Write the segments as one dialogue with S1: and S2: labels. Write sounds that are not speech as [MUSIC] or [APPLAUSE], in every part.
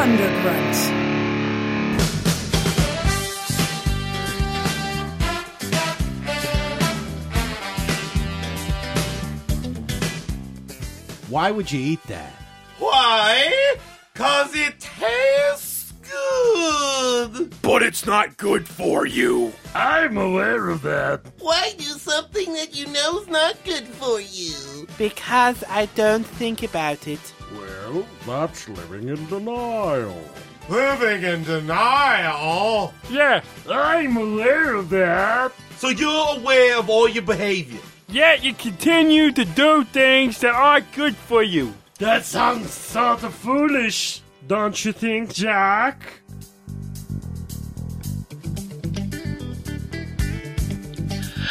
S1: runs.
S2: Why would you eat that?
S3: Why? Cause it tastes good.
S4: But it's not good for you.
S5: I'm aware of that.
S3: Why do something that you know's not good for you?
S6: Because I don't think about it.
S5: Well, that's living in denial.
S3: Living in denial.
S5: Yeah, I'm aware of that.
S3: So you're aware of all your behavior.
S7: Yet you continue to do things that aren't good for you.
S5: That sounds sort of foolish, don't you think, Jack?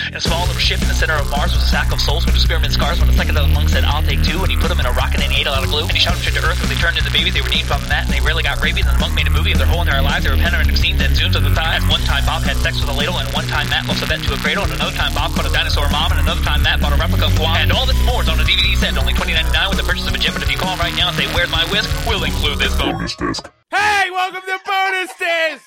S8: In a small little ship in the center of Mars was a sack of souls with experiment scars when a psychedelic monk said, I'll take two, and he put them in a rocket and he ate a lot of glue, and he shot them straight to Earth when they turned into babies. They were named from that, and they really got rabies, and the monk made a movie of their whole entire lives. They were panoramic scenes and zooms of the thighs. One time Bob had sex with a ladle, and one time Matt lost a vet to a cradle, and another time Bob caught a dinosaur mom, and another time Matt bought a replica of Guam. And all this and more is on a DVD set, only $20.99 with the purchase of a chip, and if you call right now and say, where's my whisk, we'll include this bonus.
S3: Hey, welcome to Bonus Days.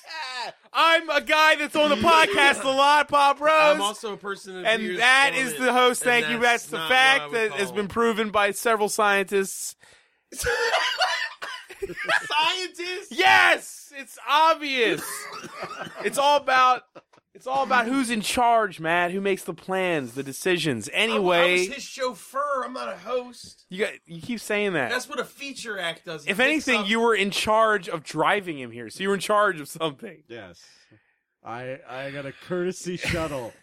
S3: I'm a guy that's on the podcast a lot, Pop Rose.
S9: I'm also a person of
S3: and
S9: years
S3: that
S9: on
S3: is
S9: it,
S3: the host.
S9: and
S3: Thank you. That's the
S9: not what I
S3: fact
S9: would
S3: that has
S9: call-
S3: been proven by several
S9: [LAUGHS]
S3: scientists. [LAUGHS] scientists? Yes, it's
S9: [LAUGHS]
S3: obvious. it's all about it's all about who's in charge, Matt. Who makes the plans, the decisions?
S9: I
S3: Anyway,
S9: was his chauffeur. I'm not a host.
S3: you got you keep saying that.
S9: That's what a feature act does. It
S3: if
S9: picks
S3: anything,
S9: up-
S3: you were in charge of driving him here, so you were in charge of something.
S2: Yes. I I got a courtesy
S3: [LAUGHS]
S2: shuttle.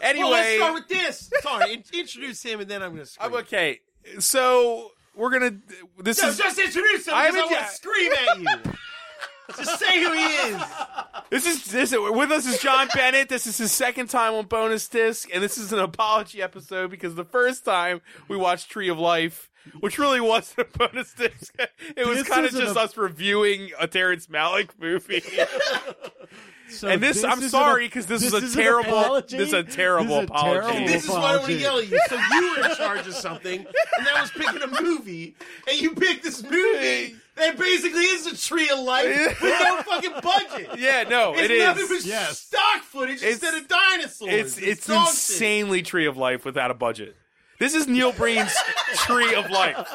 S3: Anyway,
S9: Well, let's start with this. Sorry, in- introduce him, and then I'm gonna scream.
S3: I'm okay. So we're gonna. This
S9: No,
S3: is
S9: just introduce him.
S3: I'm
S9: because I
S3: a-
S9: want to scream at you. just say who he [LAUGHS] is.
S3: This is this with us is John Bennett. This is his second time on bonus disc, and this is an apology episode because the first time we watched Tree of Life, which really wasn't a bonus disc. It was
S2: This
S3: kind of
S2: isn't
S3: just
S2: a-
S3: us reviewing a Terrence Malick movie.
S2: So
S3: And this- I'm
S2: isn't
S3: sorry, 'cause this is a
S2: isn't
S3: terrible-
S2: apology.
S3: this is a terrible
S2: This is a
S3: apology.
S2: terrible
S9: This is why I want to
S2: apology.
S9: yell at you. So you were in charge of something, and I was picking a movie, and you picked this movie that basically is a tree of life with no fucking budget.
S3: yeah, no,
S9: it's
S3: it is.
S9: nothing but
S2: Yes.
S9: stock footage
S3: It's-
S9: instead of dinosaurs.
S3: It's it's
S9: dog shit.
S3: insanely Tree of Life without a budget. This is Neil Breen's Tree of Life.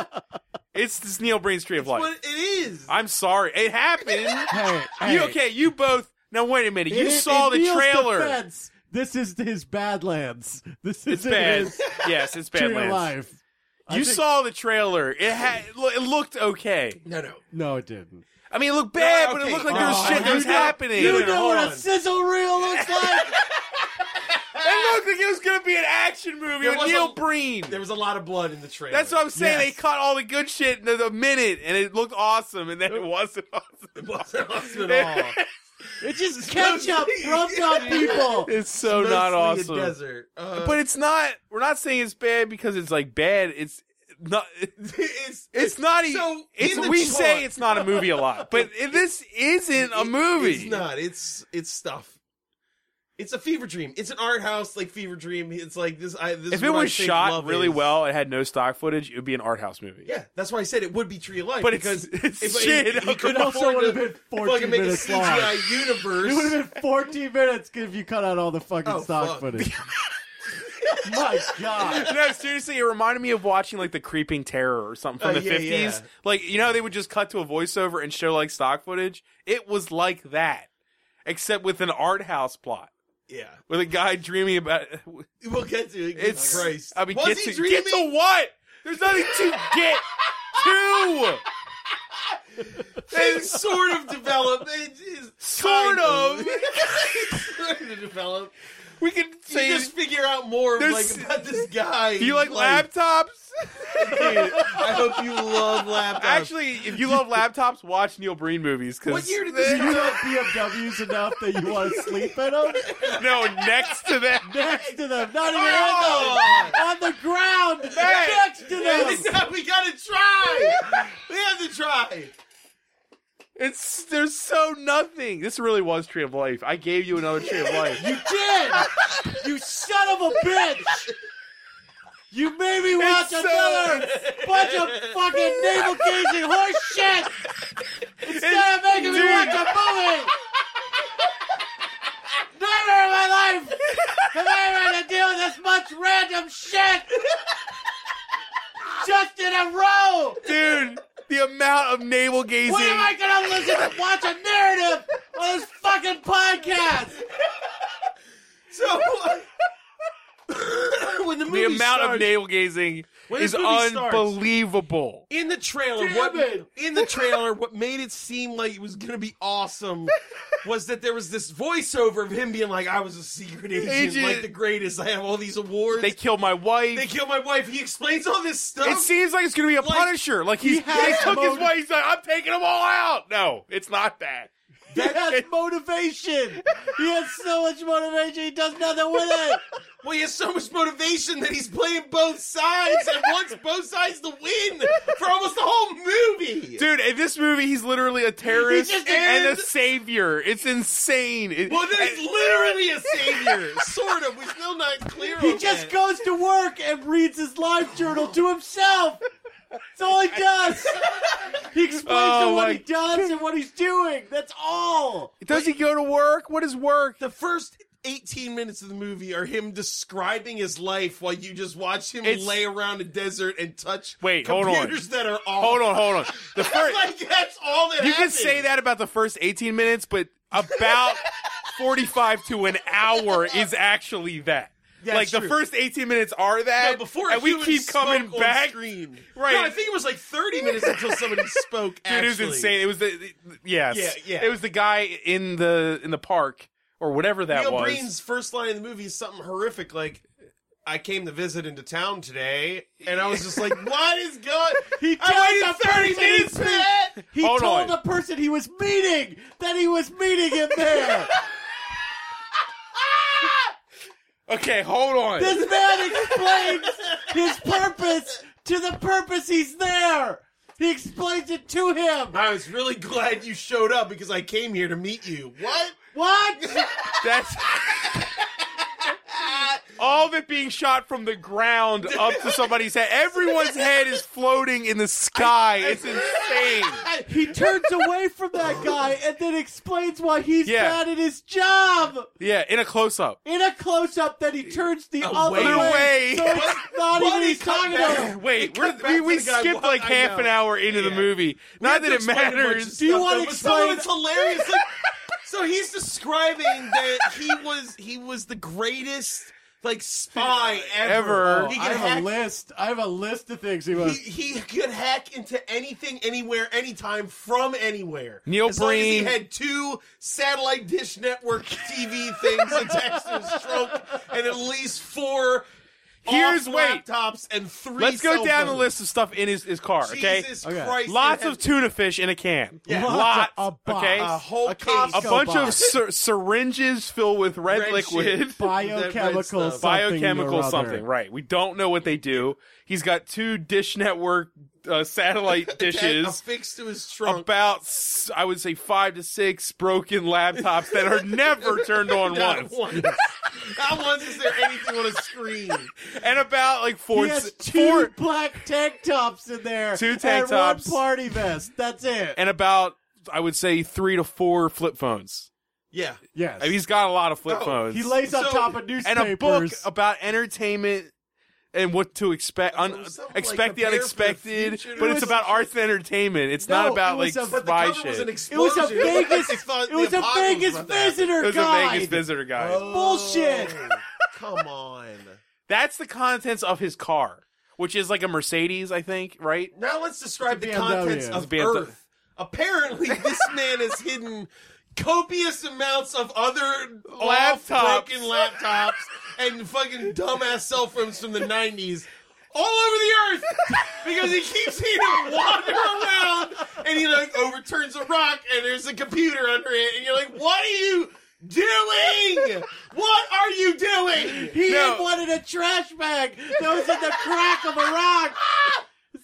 S3: It's this Neil Breen's Tree of
S9: But
S3: Life.
S9: it is.
S3: I'm sorry, it happened.
S2: Hey,
S3: [LAUGHS] You
S2: [LAUGHS] hey.
S3: okay? You both. Now wait a minute. You
S2: In-
S3: saw
S2: in
S3: the
S2: Neil's
S3: trailer.
S2: defense, this is his Badlands.
S9: [LAUGHS]
S2: This
S3: It's
S2: is
S3: bad.
S2: His
S3: yes, it's
S2: true
S3: bad. Lance.
S2: life. I
S3: You
S2: think-
S3: saw the trailer. It had. lo- It looked okay.
S9: no, no.
S2: No, it didn't.
S3: I mean, it looked bad, but it
S9: okay.
S3: looked like there was
S9: Oh,
S3: shit that was
S9: you know-
S3: happening.
S9: you
S3: it
S9: know-
S2: what
S9: on.
S2: a sizzle
S9: [LAUGHS]
S2: reel looks like.
S3: looked like it was gonna be an action movie
S9: There
S3: with
S9: was
S3: Neil
S9: a-
S3: Breen.
S9: There was a lot of blood in the trailer.
S3: That's what I'm saying.
S2: Yes.
S3: They cut all the good shit in a minute, and it looked awesome, and then it wasn't [LAUGHS] awesome.
S9: [LAUGHS]
S3: It
S2: [LAUGHS]
S3: wasn't
S9: Awesome at all.
S2: It's just ketchup rubbed
S9: [LAUGHS]
S2: on people.
S3: [LAUGHS] It's so
S9: Mostly
S3: not
S9: a
S3: awesome.
S9: desert. Uh,
S3: But it's not. We're not saying it's bad because it's like bad. It's not. [LAUGHS]
S9: it's
S3: It's not. A,
S9: So,
S3: it's
S9: in the
S3: we
S9: chart-
S3: say it's not a movie a
S9: [LAUGHS]
S3: lot, but this isn't a
S9: It-
S3: movie.
S9: It's not. It's it's stuff. It's a fever dream. It's an art house like fever dream. It's like this. I, this is
S3: If it
S9: what I
S3: was
S9: think
S3: shot
S9: love
S3: really
S9: is.
S3: well and had no stock footage, it would be an art house movie.
S9: Yeah, that's why I said it would be Tree of Life.
S3: But it's- [LAUGHS]
S9: because
S3: it's
S9: if
S3: shit.
S9: He, he
S3: It
S9: could
S2: also
S9: afford to
S2: would've been 14
S9: fucking make a
S2: minutes long.
S9: CGI universe.
S2: It would have been 14 minutes if you cut out all the fucking
S9: Oh,
S2: stock
S9: fuck.
S2: footage.
S9: [LAUGHS]
S2: My God.
S3: No, seriously, it reminded me of watching like the Creeping Terror or something from
S9: Oh,
S3: the
S9: yeah,
S3: fifties.
S9: yeah.
S3: Like you know, they would just cut to a voiceover and show like stock footage. It was like that, except with an art house plot
S9: yeah,
S3: with a guy dreaming about.
S9: we'll get to it.
S3: It's
S9: Jesus Christ.
S3: I mean,
S9: was
S3: get
S9: he
S3: to,
S9: dreaming?
S3: get to what? There's nothing to
S9: [LAUGHS]
S3: get to.
S9: They sort of develop. It is
S3: Sort [LAUGHS]
S9: kind
S3: of.
S9: sort of develop.
S3: We can
S9: You
S3: say
S9: just figure out more of,
S3: There's-
S9: like about this guy.
S3: Do [LAUGHS] you like laptops?
S9: Dude, I hope you love laptops. [LAUGHS]
S3: Actually, if you love laptops, watch Neil Breen movies. 'cause-
S9: What
S3: [LAUGHS]
S9: year did
S2: Do
S9: this
S2: you love BMWs enough that you want to sleep in them?
S3: No, next to that.
S2: Next to [LAUGHS] them. Not even
S9: Oh!
S2: on them. On the ground. Next to them.
S9: Yeah, we gotta try. We have to try.
S3: It's there's so nothing. This really was Tree of Life. I gave you another Tree of
S9: [LAUGHS]
S3: Life.
S2: You did. You son of a bitch. You made me watch
S3: so-
S2: another bunch of fucking navel gazing horse shit. Instead of making like a movie. Never in my life have I ever had to deal with this much random shit. Just in a row.
S3: dude. The amount of navel gazing.
S2: When am I gonna listen to watch a narrative on this fucking podcast?
S9: So [LAUGHS] when the movie
S3: the amount
S9: starts,
S3: of navel gazing
S9: When
S3: is
S9: this movie starts-
S3: unbelievable.
S9: in the trailer,
S2: Damn
S9: what
S2: it.
S9: in the trailer, what made it seem like it was gonna be awesome was that there was this voiceover of him being like, "I was a secret agent,
S3: Agent.
S9: like the greatest. I have all these awards.
S3: They killed my wife.
S9: They killed my wife." He explains all this stuff.
S3: it seems like it's gonna be a
S9: Like,
S3: Punisher. Like he's,
S2: he has
S3: they took his
S2: motive.
S3: wife. He's like, I'm taking them all out. No, it's not that.
S2: He has motivation. He has so much motivation. He does nothing with it.
S9: well, he has so much motivation that he's playing both sides and wants
S3: [LAUGHS]
S9: both sides to win for almost the whole movie.
S3: Dude, in this movie, he's literally a terrorist
S2: He's just a-
S3: and a savior. It's insane. It-
S9: Well, then he's literally a savior,
S3: [LAUGHS]
S9: sort of. We're still not clear.
S2: He
S9: on
S2: just
S9: that.
S2: goes to work and reads his life journal to himself. That's all he does. He explains
S3: Oh,
S2: to what
S3: my-
S2: he does and what he's doing. That's all.
S3: does he go to work? What is work?
S9: the first 18 minutes of the movie are him describing his life while you just watch him
S3: It's-
S9: lay around a desert and touch
S3: Wait, hold on.
S9: computers that are off.
S3: Hold on, hold on. The first,
S9: [LAUGHS] like that's all that
S3: you can
S9: happens.
S3: say that about the first 18 minutes, but
S9: [LAUGHS]
S3: about 45 to an hour is actually that.
S9: That's
S3: like the
S9: true.
S3: first 18 minutes are that,
S9: No, before
S3: and we
S9: human
S3: keep
S9: spoke
S3: coming
S9: on
S3: back.
S9: Screen.
S3: Right.
S9: No, I think it was like 30 minutes until somebody
S3: [LAUGHS]
S9: spoke.
S3: Dude,
S9: actually.
S3: it was insane. It was the, the- yes,
S9: Yeah, yeah.
S3: It was the guy in the in the park or whatever that
S9: Neil
S3: was.
S9: Breen's first line in the movie is something horrific like. I came to visit into town today, and I was just like, "What is going?"
S2: He
S9: I
S2: tells the
S9: waited thirty
S2: person he
S9: minutes for that.
S2: He
S3: Hold
S2: told
S3: on.
S2: the person he was meeting that he was meeting him there.
S3: [LAUGHS] Okay, hold on.
S2: this man explains his purpose to the purpose he's there. He explains it to him.
S9: I was really glad you showed up because I came here to meet you. What?
S2: What?
S9: [LAUGHS]
S3: That's all of it being shot from the ground up to somebody's head. Everyone's head is floating in the sky. It's insane.
S2: He turns away from that guy and then explains why he's
S3: Yeah.
S2: bad at his job
S3: Yeah, in a close up.
S9: [LAUGHS]
S2: in a close up that he turns the other
S9: Away.
S2: way.
S3: Away.
S2: So it's not
S9: Why
S2: even
S9: did he
S2: he's
S9: cut
S2: talking
S9: back?
S2: to him.
S3: Wait, we're,
S9: cut back
S3: we
S9: to
S3: we
S9: the guy,
S3: skipped
S9: what?
S3: like
S9: I
S3: half
S9: know.
S3: an hour into the
S9: Yeah.
S3: movie. Not that it matters.
S2: Do you want to
S9: But Some of
S2: explain?
S9: it's hilarious.
S3: [LAUGHS]
S9: Like, so he's describing that he was he was the greatest like spy ever.
S3: Ever.
S9: He
S2: I
S9: could
S2: have
S9: hack.
S2: a list. I have a list of things he was.
S9: He, he could hack into anything, anywhere, anytime, from anywhere.
S3: Neil
S9: as long as he
S3: Breen-
S9: had two satellite dish network TV things attached to his trunk, and at least four
S3: Here's-
S9: off
S3: wait.
S9: laptops and three.
S3: Let's go
S9: cell
S3: down the
S9: phones.
S3: list of stuff in his, his car, okay?
S9: Jesus
S2: Okay.
S9: Christ!
S3: Lots
S9: it
S3: of tuna fish in a can.
S9: Yeah.
S3: Lots.
S2: A box.
S3: okay?
S9: had a whole
S2: A
S9: case.
S2: Costco
S3: A bunch
S2: box.
S3: of sy- syringes filled with red,
S9: Red
S3: liquid.
S9: shit.
S2: Biochemical
S9: stuff.
S2: something.
S3: [LAUGHS] biochemical
S2: or other.
S3: something, right? We don't know what they do. He's got two dish network uh, satellite dishes,
S9: affixed to his
S3: [LAUGHS]
S9: trunk.
S3: about s- I would say five to six broken laptops that are never turned on
S9: Not
S3: once,
S9: once. [LAUGHS] Not once is there anything on a screen.
S3: and about like four,
S2: He has
S3: s-
S2: two
S3: four-
S2: black tank tops in there.
S3: Two tank
S2: and
S3: tops.
S2: One party vest. That's it.
S3: and about I would say three to four flip phones.
S9: Yeah.
S2: Yes.
S3: I mean, he's got a lot of flip
S9: Oh,
S3: phones.
S2: he lays on
S9: So-
S2: top of
S3: and
S2: newspapers.
S3: a book about entertainment and what to expect, un-
S9: Something like
S3: expect the
S9: Prepare for the
S3: unexpected.
S9: Future.
S3: but
S2: It
S3: it's
S2: was-
S3: about arts and entertainment. It's
S2: No,
S3: not about
S2: it
S3: like
S2: was a-
S3: spy
S9: But the cover
S3: shit.
S9: was an
S2: It was
S9: explosion.
S3: [LAUGHS]
S2: a Vegas.
S9: They thought
S2: it was
S9: the
S2: a
S9: apocalypse
S2: Vegas
S9: about that.
S2: visitor
S3: It was
S2: guide.
S3: a Vegas visitor Oh. guy.
S9: Oh.
S2: Bullshit.
S9: Come on.
S3: That's the contents of his car, which is like a Mercedes, I think, right?
S9: Now let's describe the
S2: It's a BMW.
S9: contents of
S3: It's a BMW.
S9: Earth.
S3: [LAUGHS]
S9: Apparently, this man has hidden copious amounts of other off
S3: Laptops.
S9: broken laptops and fucking dumbass cell phones from the 90s all over the earth because he keeps seeing him wander around [LAUGHS] and he like overturns a rock and there's a computer under it and you're like, what are you doing? What are you doing?
S2: He
S3: No.
S2: had one in a trash bag that was in the crack of a rock.
S3: [LAUGHS]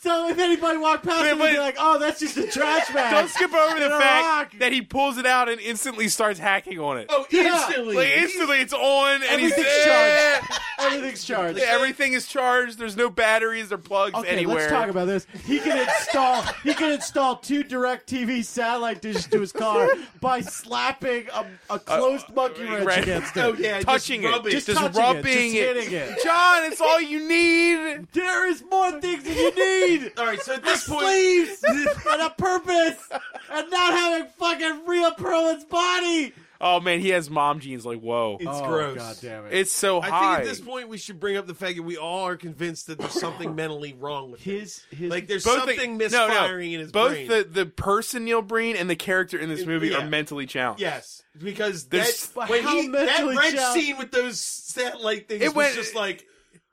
S2: So if anybody walked past
S3: Wait,
S2: him, he'd be
S3: wait.
S2: like, "Oh, that's just a trash
S3: [LAUGHS] [LAUGHS]
S2: bag."
S3: Don't skip over the
S2: They're
S3: fact
S2: rock.
S3: that he pulls it out and instantly starts hacking on it.
S9: Oh,
S2: Yeah.
S9: instantly.
S3: Like instantly, it's on, and he's
S2: Everything's charged. Everything's charged.
S3: Everything is charged. There's no batteries or plugs
S2: Okay,
S3: anywhere.
S2: let's talk about this. He can install he can install two direct TV satellite dishes to his car by slapping a, a closed monkey wrench
S3: right.
S2: against it.
S9: Uh, Oh yeah, just
S3: touching
S9: rub
S3: it,
S9: it.
S3: just,
S2: touching it,
S3: rubbing
S2: just
S3: it,
S2: hitting it.
S3: John, it's all you need.
S2: There is more things that you need.
S9: All right, so [LAUGHS] at this point,
S2: Sleeves and a purpose and not having fucking real Perlin's body.
S3: Oh man, he has mom jeans. Like whoa,
S9: it's
S2: oh,
S9: gross.
S2: God damn it.
S3: it's so
S9: I
S3: high.
S9: think at this point we should bring up the fact that we all are convinced that there's something mentally wrong with him.
S2: his his
S9: Like there's
S3: Both the-
S9: something
S3: no, no.
S9: misfiring in his
S3: both
S9: brain.
S3: the the person Neil Breen and the character in this
S9: It-
S3: movie
S9: yeah.
S3: are mentally challenged.
S9: Yes, because
S3: There's-
S9: that when
S2: How
S9: he, that
S2: mentally
S9: red
S2: challenged-
S9: scene with those satellite things
S3: It went-
S9: was just like,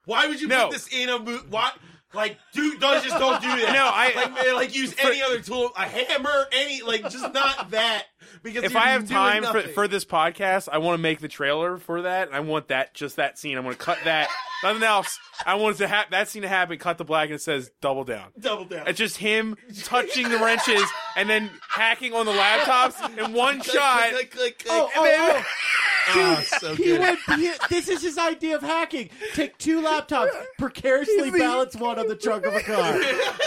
S9: why would you
S3: No.
S9: put this in a movie? Why? Like, dude, don't just don't do that.
S3: [LAUGHS] No, I-
S9: like, man, like use any other tool, a hammer, any like, just not that. Because
S3: If
S9: you're
S3: I have
S9: doing
S3: time for,
S9: nothing.
S3: for this podcast, I want to make the trailer for that. I want that just that scene. I want to cut that. Nothing else. I want it to ha- that scene to happen. Cut the black and it says double down.
S9: double down,
S3: It's just him touching the wrenches and then hacking on the laptops in
S9: [LAUGHS]
S3: one
S9: Click,
S3: shot.
S9: click, click, click, click.
S2: Oh, oh,
S9: Ah, so
S2: He
S9: good.
S2: went. He, this is his idea of hacking. Take two laptops, precariously balance one on the trunk of a car,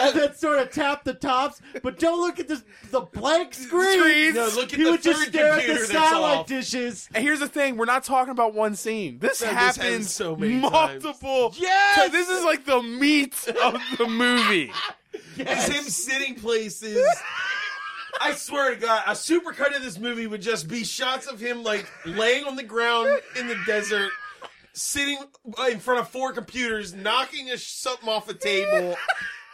S2: and then sort of tap the tops, but don't look at this, the blank screen.
S3: Screens.
S9: No, look at
S2: he
S9: the
S2: would just
S9: third
S2: stare at the
S9: computer that's
S2: satellite
S9: off.
S2: dishes.
S3: And here's the thing: we're not talking about one scene. This
S9: No, this
S3: happens
S9: happens so many
S3: multiple.
S2: Yes!
S3: So this is like the meat of the
S9: [LAUGHS]
S3: movie.
S9: It's him sitting places. I swear to God, a supercut of this movie would just be shots of him like laying on the ground in the desert, sitting in front of four computers, knocking a, something off a table.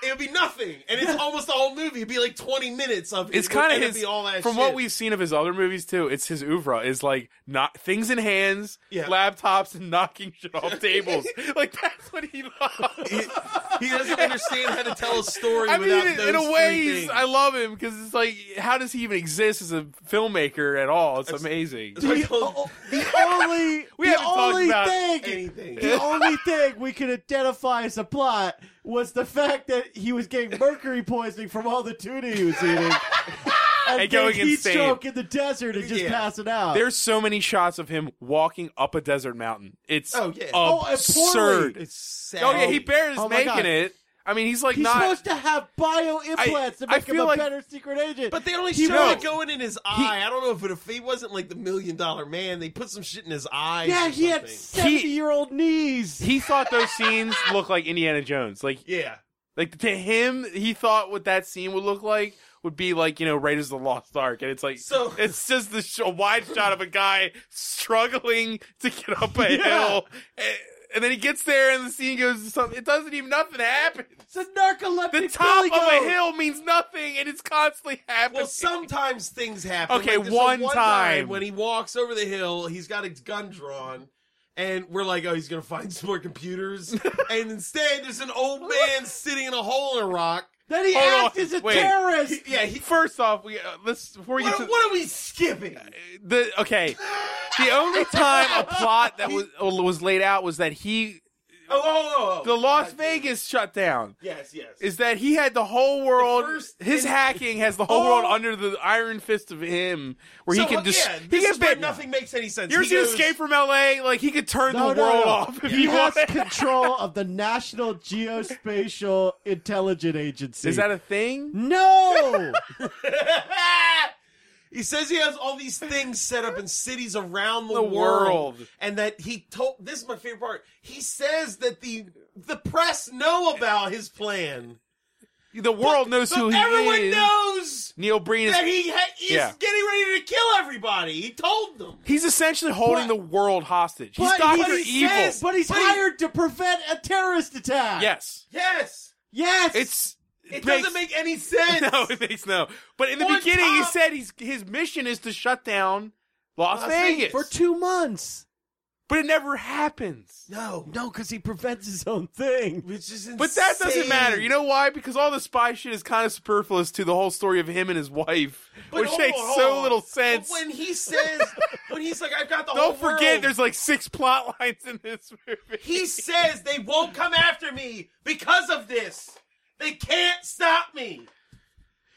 S9: It would be nothing, and it's almost the whole movie. It'd be like twenty minutes of it.
S3: It's kind of
S9: And it'd
S3: his.
S9: be all that
S3: from
S9: shit.
S3: what we've seen of his other movies too, it's his oeuvre is like not things in hands,
S9: Yeah.
S3: laptops, and knocking shit
S9: [LAUGHS]
S3: off tables. like that's what he loves.
S9: he doesn't understand how to tell a story
S3: I
S9: without
S3: mean,
S9: those
S3: in a way,
S9: three
S3: he's-
S9: things.
S3: I love him because it's like, how does he even exist as a filmmaker at all? It's amazing. [LAUGHS]
S9: So [LAUGHS] I
S2: The,
S9: told-
S2: o- Oh, the only,
S9: [LAUGHS]
S3: We
S2: the
S3: haven't talked
S2: only
S3: about
S2: thing,
S9: anything.
S2: the only thing we could identify as a plot was the fact that he was getting mercury poisoning from all the tuna he was
S9: [LAUGHS]
S2: eating, and,
S3: And
S2: getting
S3: going
S2: heat
S3: insane.
S2: stroke in the desert and just
S9: Yeah.
S2: passing out.
S3: There's so many shots of him walking up a desert mountain. It's
S9: Oh, yeah.
S2: Oh, and poorly.
S3: absurd.
S9: it's sad.
S3: Oh yeah, he bears
S2: Oh, my
S3: making
S2: God.
S3: it. I mean, he's like
S2: He's
S3: not.
S2: supposed to have bio implants to
S3: I
S2: make him
S3: feel
S2: a
S3: like-
S2: better secret agent.
S9: But they only
S2: He
S9: showed
S3: wrote-
S9: it going in his eye. I don't know if it, if he wasn't like the million dollar man, they put some shit in his eye.
S2: yeah, he had seventy-year-old knees.
S3: he thought those scenes looked like Indiana Jones. Like,
S9: Yeah,
S3: like to him, he thought what that scene would look like would be like you know Raiders of the Lost Ark, and it's like
S9: So-
S3: [LAUGHS] it's just the sh- a wide shot of a guy struggling to get up a
S2: Yeah.
S3: hill, and, and then he gets there, and the scene goes to something. It doesn't even nothing happens.
S2: it's a narcoleptic.
S3: The top
S2: Billy
S3: of a
S2: Goat.
S3: hill means nothing, and it's constantly happening.
S9: well, sometimes things happen.
S3: Okay,
S9: Like, there's a
S3: one time.
S9: when he walks over the hill, he's got his gun drawn, and we're like, oh, he's gonna find some
S3: [LAUGHS]
S9: more computers. and instead, there's an old man sitting in a hole in a rock.
S2: Then he
S3: Hold
S2: acts
S3: on,
S2: as a
S3: wait.
S2: terrorist.
S9: Yeah, he,
S3: First off, we uh, let's before we get to
S9: what, what are we skipping?
S3: Uh, the okay. The
S9: [LAUGHS]
S3: only time a plot that was was laid out was that he
S9: Oh, oh, oh, oh.
S3: the Las Vegas shut down.
S9: yes, yes.
S3: Is that he had the whole world?
S9: The first-
S3: his
S9: and-
S3: hacking has the whole world
S9: Oh.
S3: under the iron fist of him, where
S9: so,
S3: he can
S9: uh,
S3: just
S9: yeah,
S3: he
S9: this
S3: can
S9: is where
S3: bend-
S9: nothing makes any sense.
S3: You ever
S9: He
S3: seen
S9: goes-
S3: Escape from L.A.? Like he could turn
S2: No,
S3: the
S2: no,
S3: world
S2: no.
S3: off if
S2: he
S3: he,
S2: has
S3: wanted.
S2: control
S3: [LAUGHS]
S2: of the National Geospatial Intelligence Agency.
S3: Is that a thing? [LAUGHS]
S2: no?
S9: [LAUGHS] He says he has all these things set up in cities around the,
S3: The
S9: world,
S3: world.
S9: and that he told. This is my favorite part. He says that the the press know about his plan.
S3: The world knows
S9: So
S3: who he
S9: everyone
S3: is.
S9: knows
S3: Neil Breen is
S9: that he ha- he's
S3: Yeah.
S9: getting ready to kill everybody. He told them.
S3: He's essentially holding the world hostage. He's
S2: But
S3: Doctor
S2: he
S3: Evil.
S2: says- but he's
S9: But he-
S2: hired to prevent a terrorist attack.
S3: yes,
S9: Yes,
S2: Yes.
S3: it's
S9: it
S3: makes-
S9: doesn't make any
S3: [LAUGHS]
S9: sense.
S3: no, it makes no. But in the
S9: One
S3: beginning, he
S9: time-
S3: said he's his mission is to shut down Las,
S9: Las
S3: Vegas,
S9: Vegas.
S2: for two months.
S3: but it never happens.
S9: no,
S2: No, because he prevents his own thing.
S9: which is insane.
S3: But that doesn't matter. You know why? Because all the spy shit is kind of superfluous to the whole story of him and his wife,
S9: But
S3: which
S9: hold
S3: makes
S9: on, hold
S3: so
S9: on.
S3: little
S9: But
S3: sense.
S9: when
S3: [LAUGHS]
S9: he says, when he's like, "I've got the whole
S3: Don't forget,
S9: world."
S3: there's like six plot lines in this movie.
S9: He says they won't come after me because of this. They can't stop me.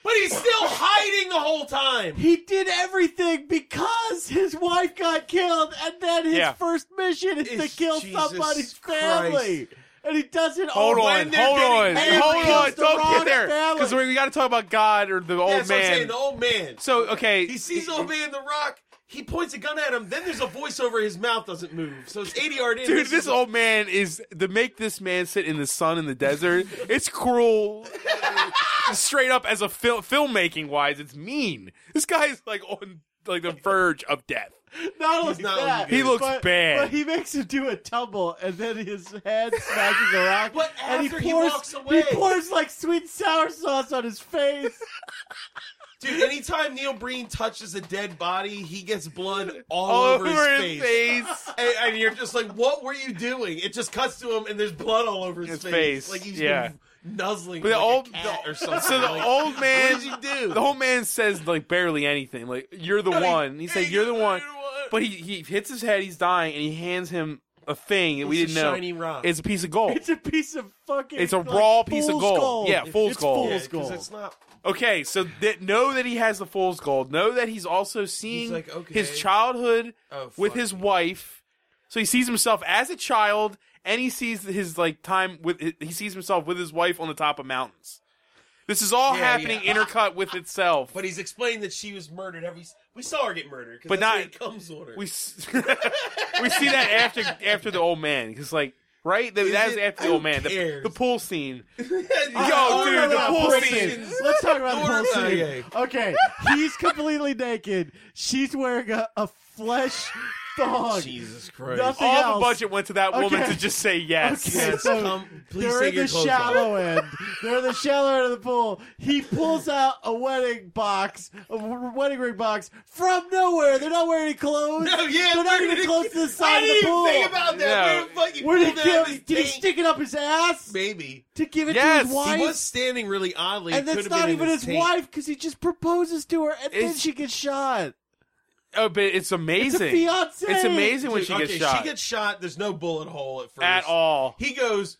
S9: But But he's still hiding the whole time.
S2: He did everything because his wife got killed, and then his
S3: Yeah.
S2: first mission is
S9: It's
S2: to kill
S9: Jesus
S2: somebody's
S9: Christ.
S2: family. And he does it
S3: Hold
S2: all
S3: on,
S9: when they're
S3: hold on,
S9: getting married,
S3: hold
S9: it's
S3: on.
S2: the
S3: Don't
S2: wrong
S3: get there
S2: family.
S3: because we got to talk about God or the old
S9: That's what I'm saying.
S3: man.
S9: The old man.
S3: So okay,
S9: He sees old man the rock. He points a gun at him. Then there's a voice over his mouth doesn't move. So it's 80 yard in.
S3: Dude, this old man is to make this man sit in the sun in the desert. It's cruel, straight up as a fil- filmmaking wise. It's mean. This guy is like on like the verge of death.
S2: Not only
S9: not
S2: that,
S9: looking good.
S3: He looks
S2: but-
S3: bad.
S2: But he makes him do a tumble, and then his head smashes a rock.
S9: But
S2: and
S9: after
S2: he
S9: he
S2: pours,
S9: walks away.
S2: he pours like sweet and sour sauce on his face.
S9: Dude, anytime Neil Breen touches a dead body, he gets blood all,
S3: All
S9: over, his, face.
S3: face.
S9: And, and you're just like, what were you doing? It just cuts to him, and there's blood all over his,
S3: His
S9: face.
S3: face,
S9: Like he's
S3: yeah.
S9: been nuzzling
S3: But
S9: like
S3: the old,
S9: a cat
S3: the-
S9: or something.
S3: so the
S9: Like,
S3: old man,
S9: what did you do?
S3: the old man says like barely anything. Like you're the
S9: No, he-
S3: one. He said
S9: hey,
S3: you're the one.
S9: But
S3: But he he hits his head. He's dying, and he hands him a thing that we
S9: It's a
S3: didn't know.
S9: shiny rock.
S3: It's a piece of gold.
S2: It's a piece of fucking.
S3: It's a
S2: like,
S3: raw piece of
S2: fool's
S3: gold.
S2: gold.
S3: Yeah, fool's
S2: it's
S3: gold.
S2: Fool's
S9: yeah, 'cause
S2: gold.
S9: it's not.
S3: Okay, so that know that he has the fool's gold. Know that he's also seeing
S9: He's like, okay.
S3: his childhood
S9: Oh,
S3: with
S9: fuck
S3: his
S9: me.
S3: wife. So he sees himself as a child, and he sees his like time with he sees himself with his wife on the top of mountains. This is all
S9: Yeah,
S3: happening
S9: yeah.
S3: intercut with itself.
S9: But he's explained that she was murdered. Every we saw her get murdered. 'cause
S3: But
S9: that's
S3: not-
S9: when it comes on her. [LAUGHS]
S3: we s- [LAUGHS] we see that after after the old man because like right That-
S9: Is
S3: that's
S9: it-
S3: after the
S9: who
S3: old man the,
S9: cares?
S3: the pool scene.
S2: Oh,
S3: Yo,
S2: no,
S3: dude, the
S2: no,
S3: pool
S2: pool
S3: scene.
S2: scene. Let's talk about the
S9: Pool
S2: pool
S9: scene.
S2: scene. Okay, he's completely naked. She's wearing a, a flesh thong.
S9: Jesus Christ.
S2: Nothing
S3: All
S2: else.
S3: the budget went to that woman
S2: Okay.
S3: to just say yes.
S2: Okay,
S9: Yes,
S2: so
S9: come- please
S2: they're
S9: take
S2: in
S9: your
S2: the
S9: clothes
S2: shallow end. They're in the shallow end of the pool. He pulls out a wedding box, a w- wedding ring box from nowhere. They're not wearing any
S9: [LAUGHS]
S2: clothes.
S9: No, yeah,
S2: they're not
S9: where
S2: even
S9: did-
S2: close to the
S9: I
S2: side
S9: didn't
S2: of the
S9: even
S2: pool.
S9: think about that.
S3: No.
S9: Where did fucking
S2: Where did
S9: pull
S2: he
S9: down
S2: get?
S9: this
S2: Did he
S9: tank?
S2: stick it up his ass
S9: Maybe.
S2: to give it
S3: Yes,
S2: to his
S3: he
S9: He
S2: wife?
S9: was standing really oddly.
S2: and
S9: It
S2: that's
S9: could've been
S2: not
S9: in
S2: even his
S9: tank.
S2: wife because he just proposes to her and then
S3: It's-
S2: she gets shot.
S3: Oh, but it's
S2: It's a
S3: amazing.
S2: fiance.
S3: It's amazing when she
S9: okay,
S3: gets shot
S9: She gets shot. There's no bullet hole at first.
S3: at all.
S9: He goes,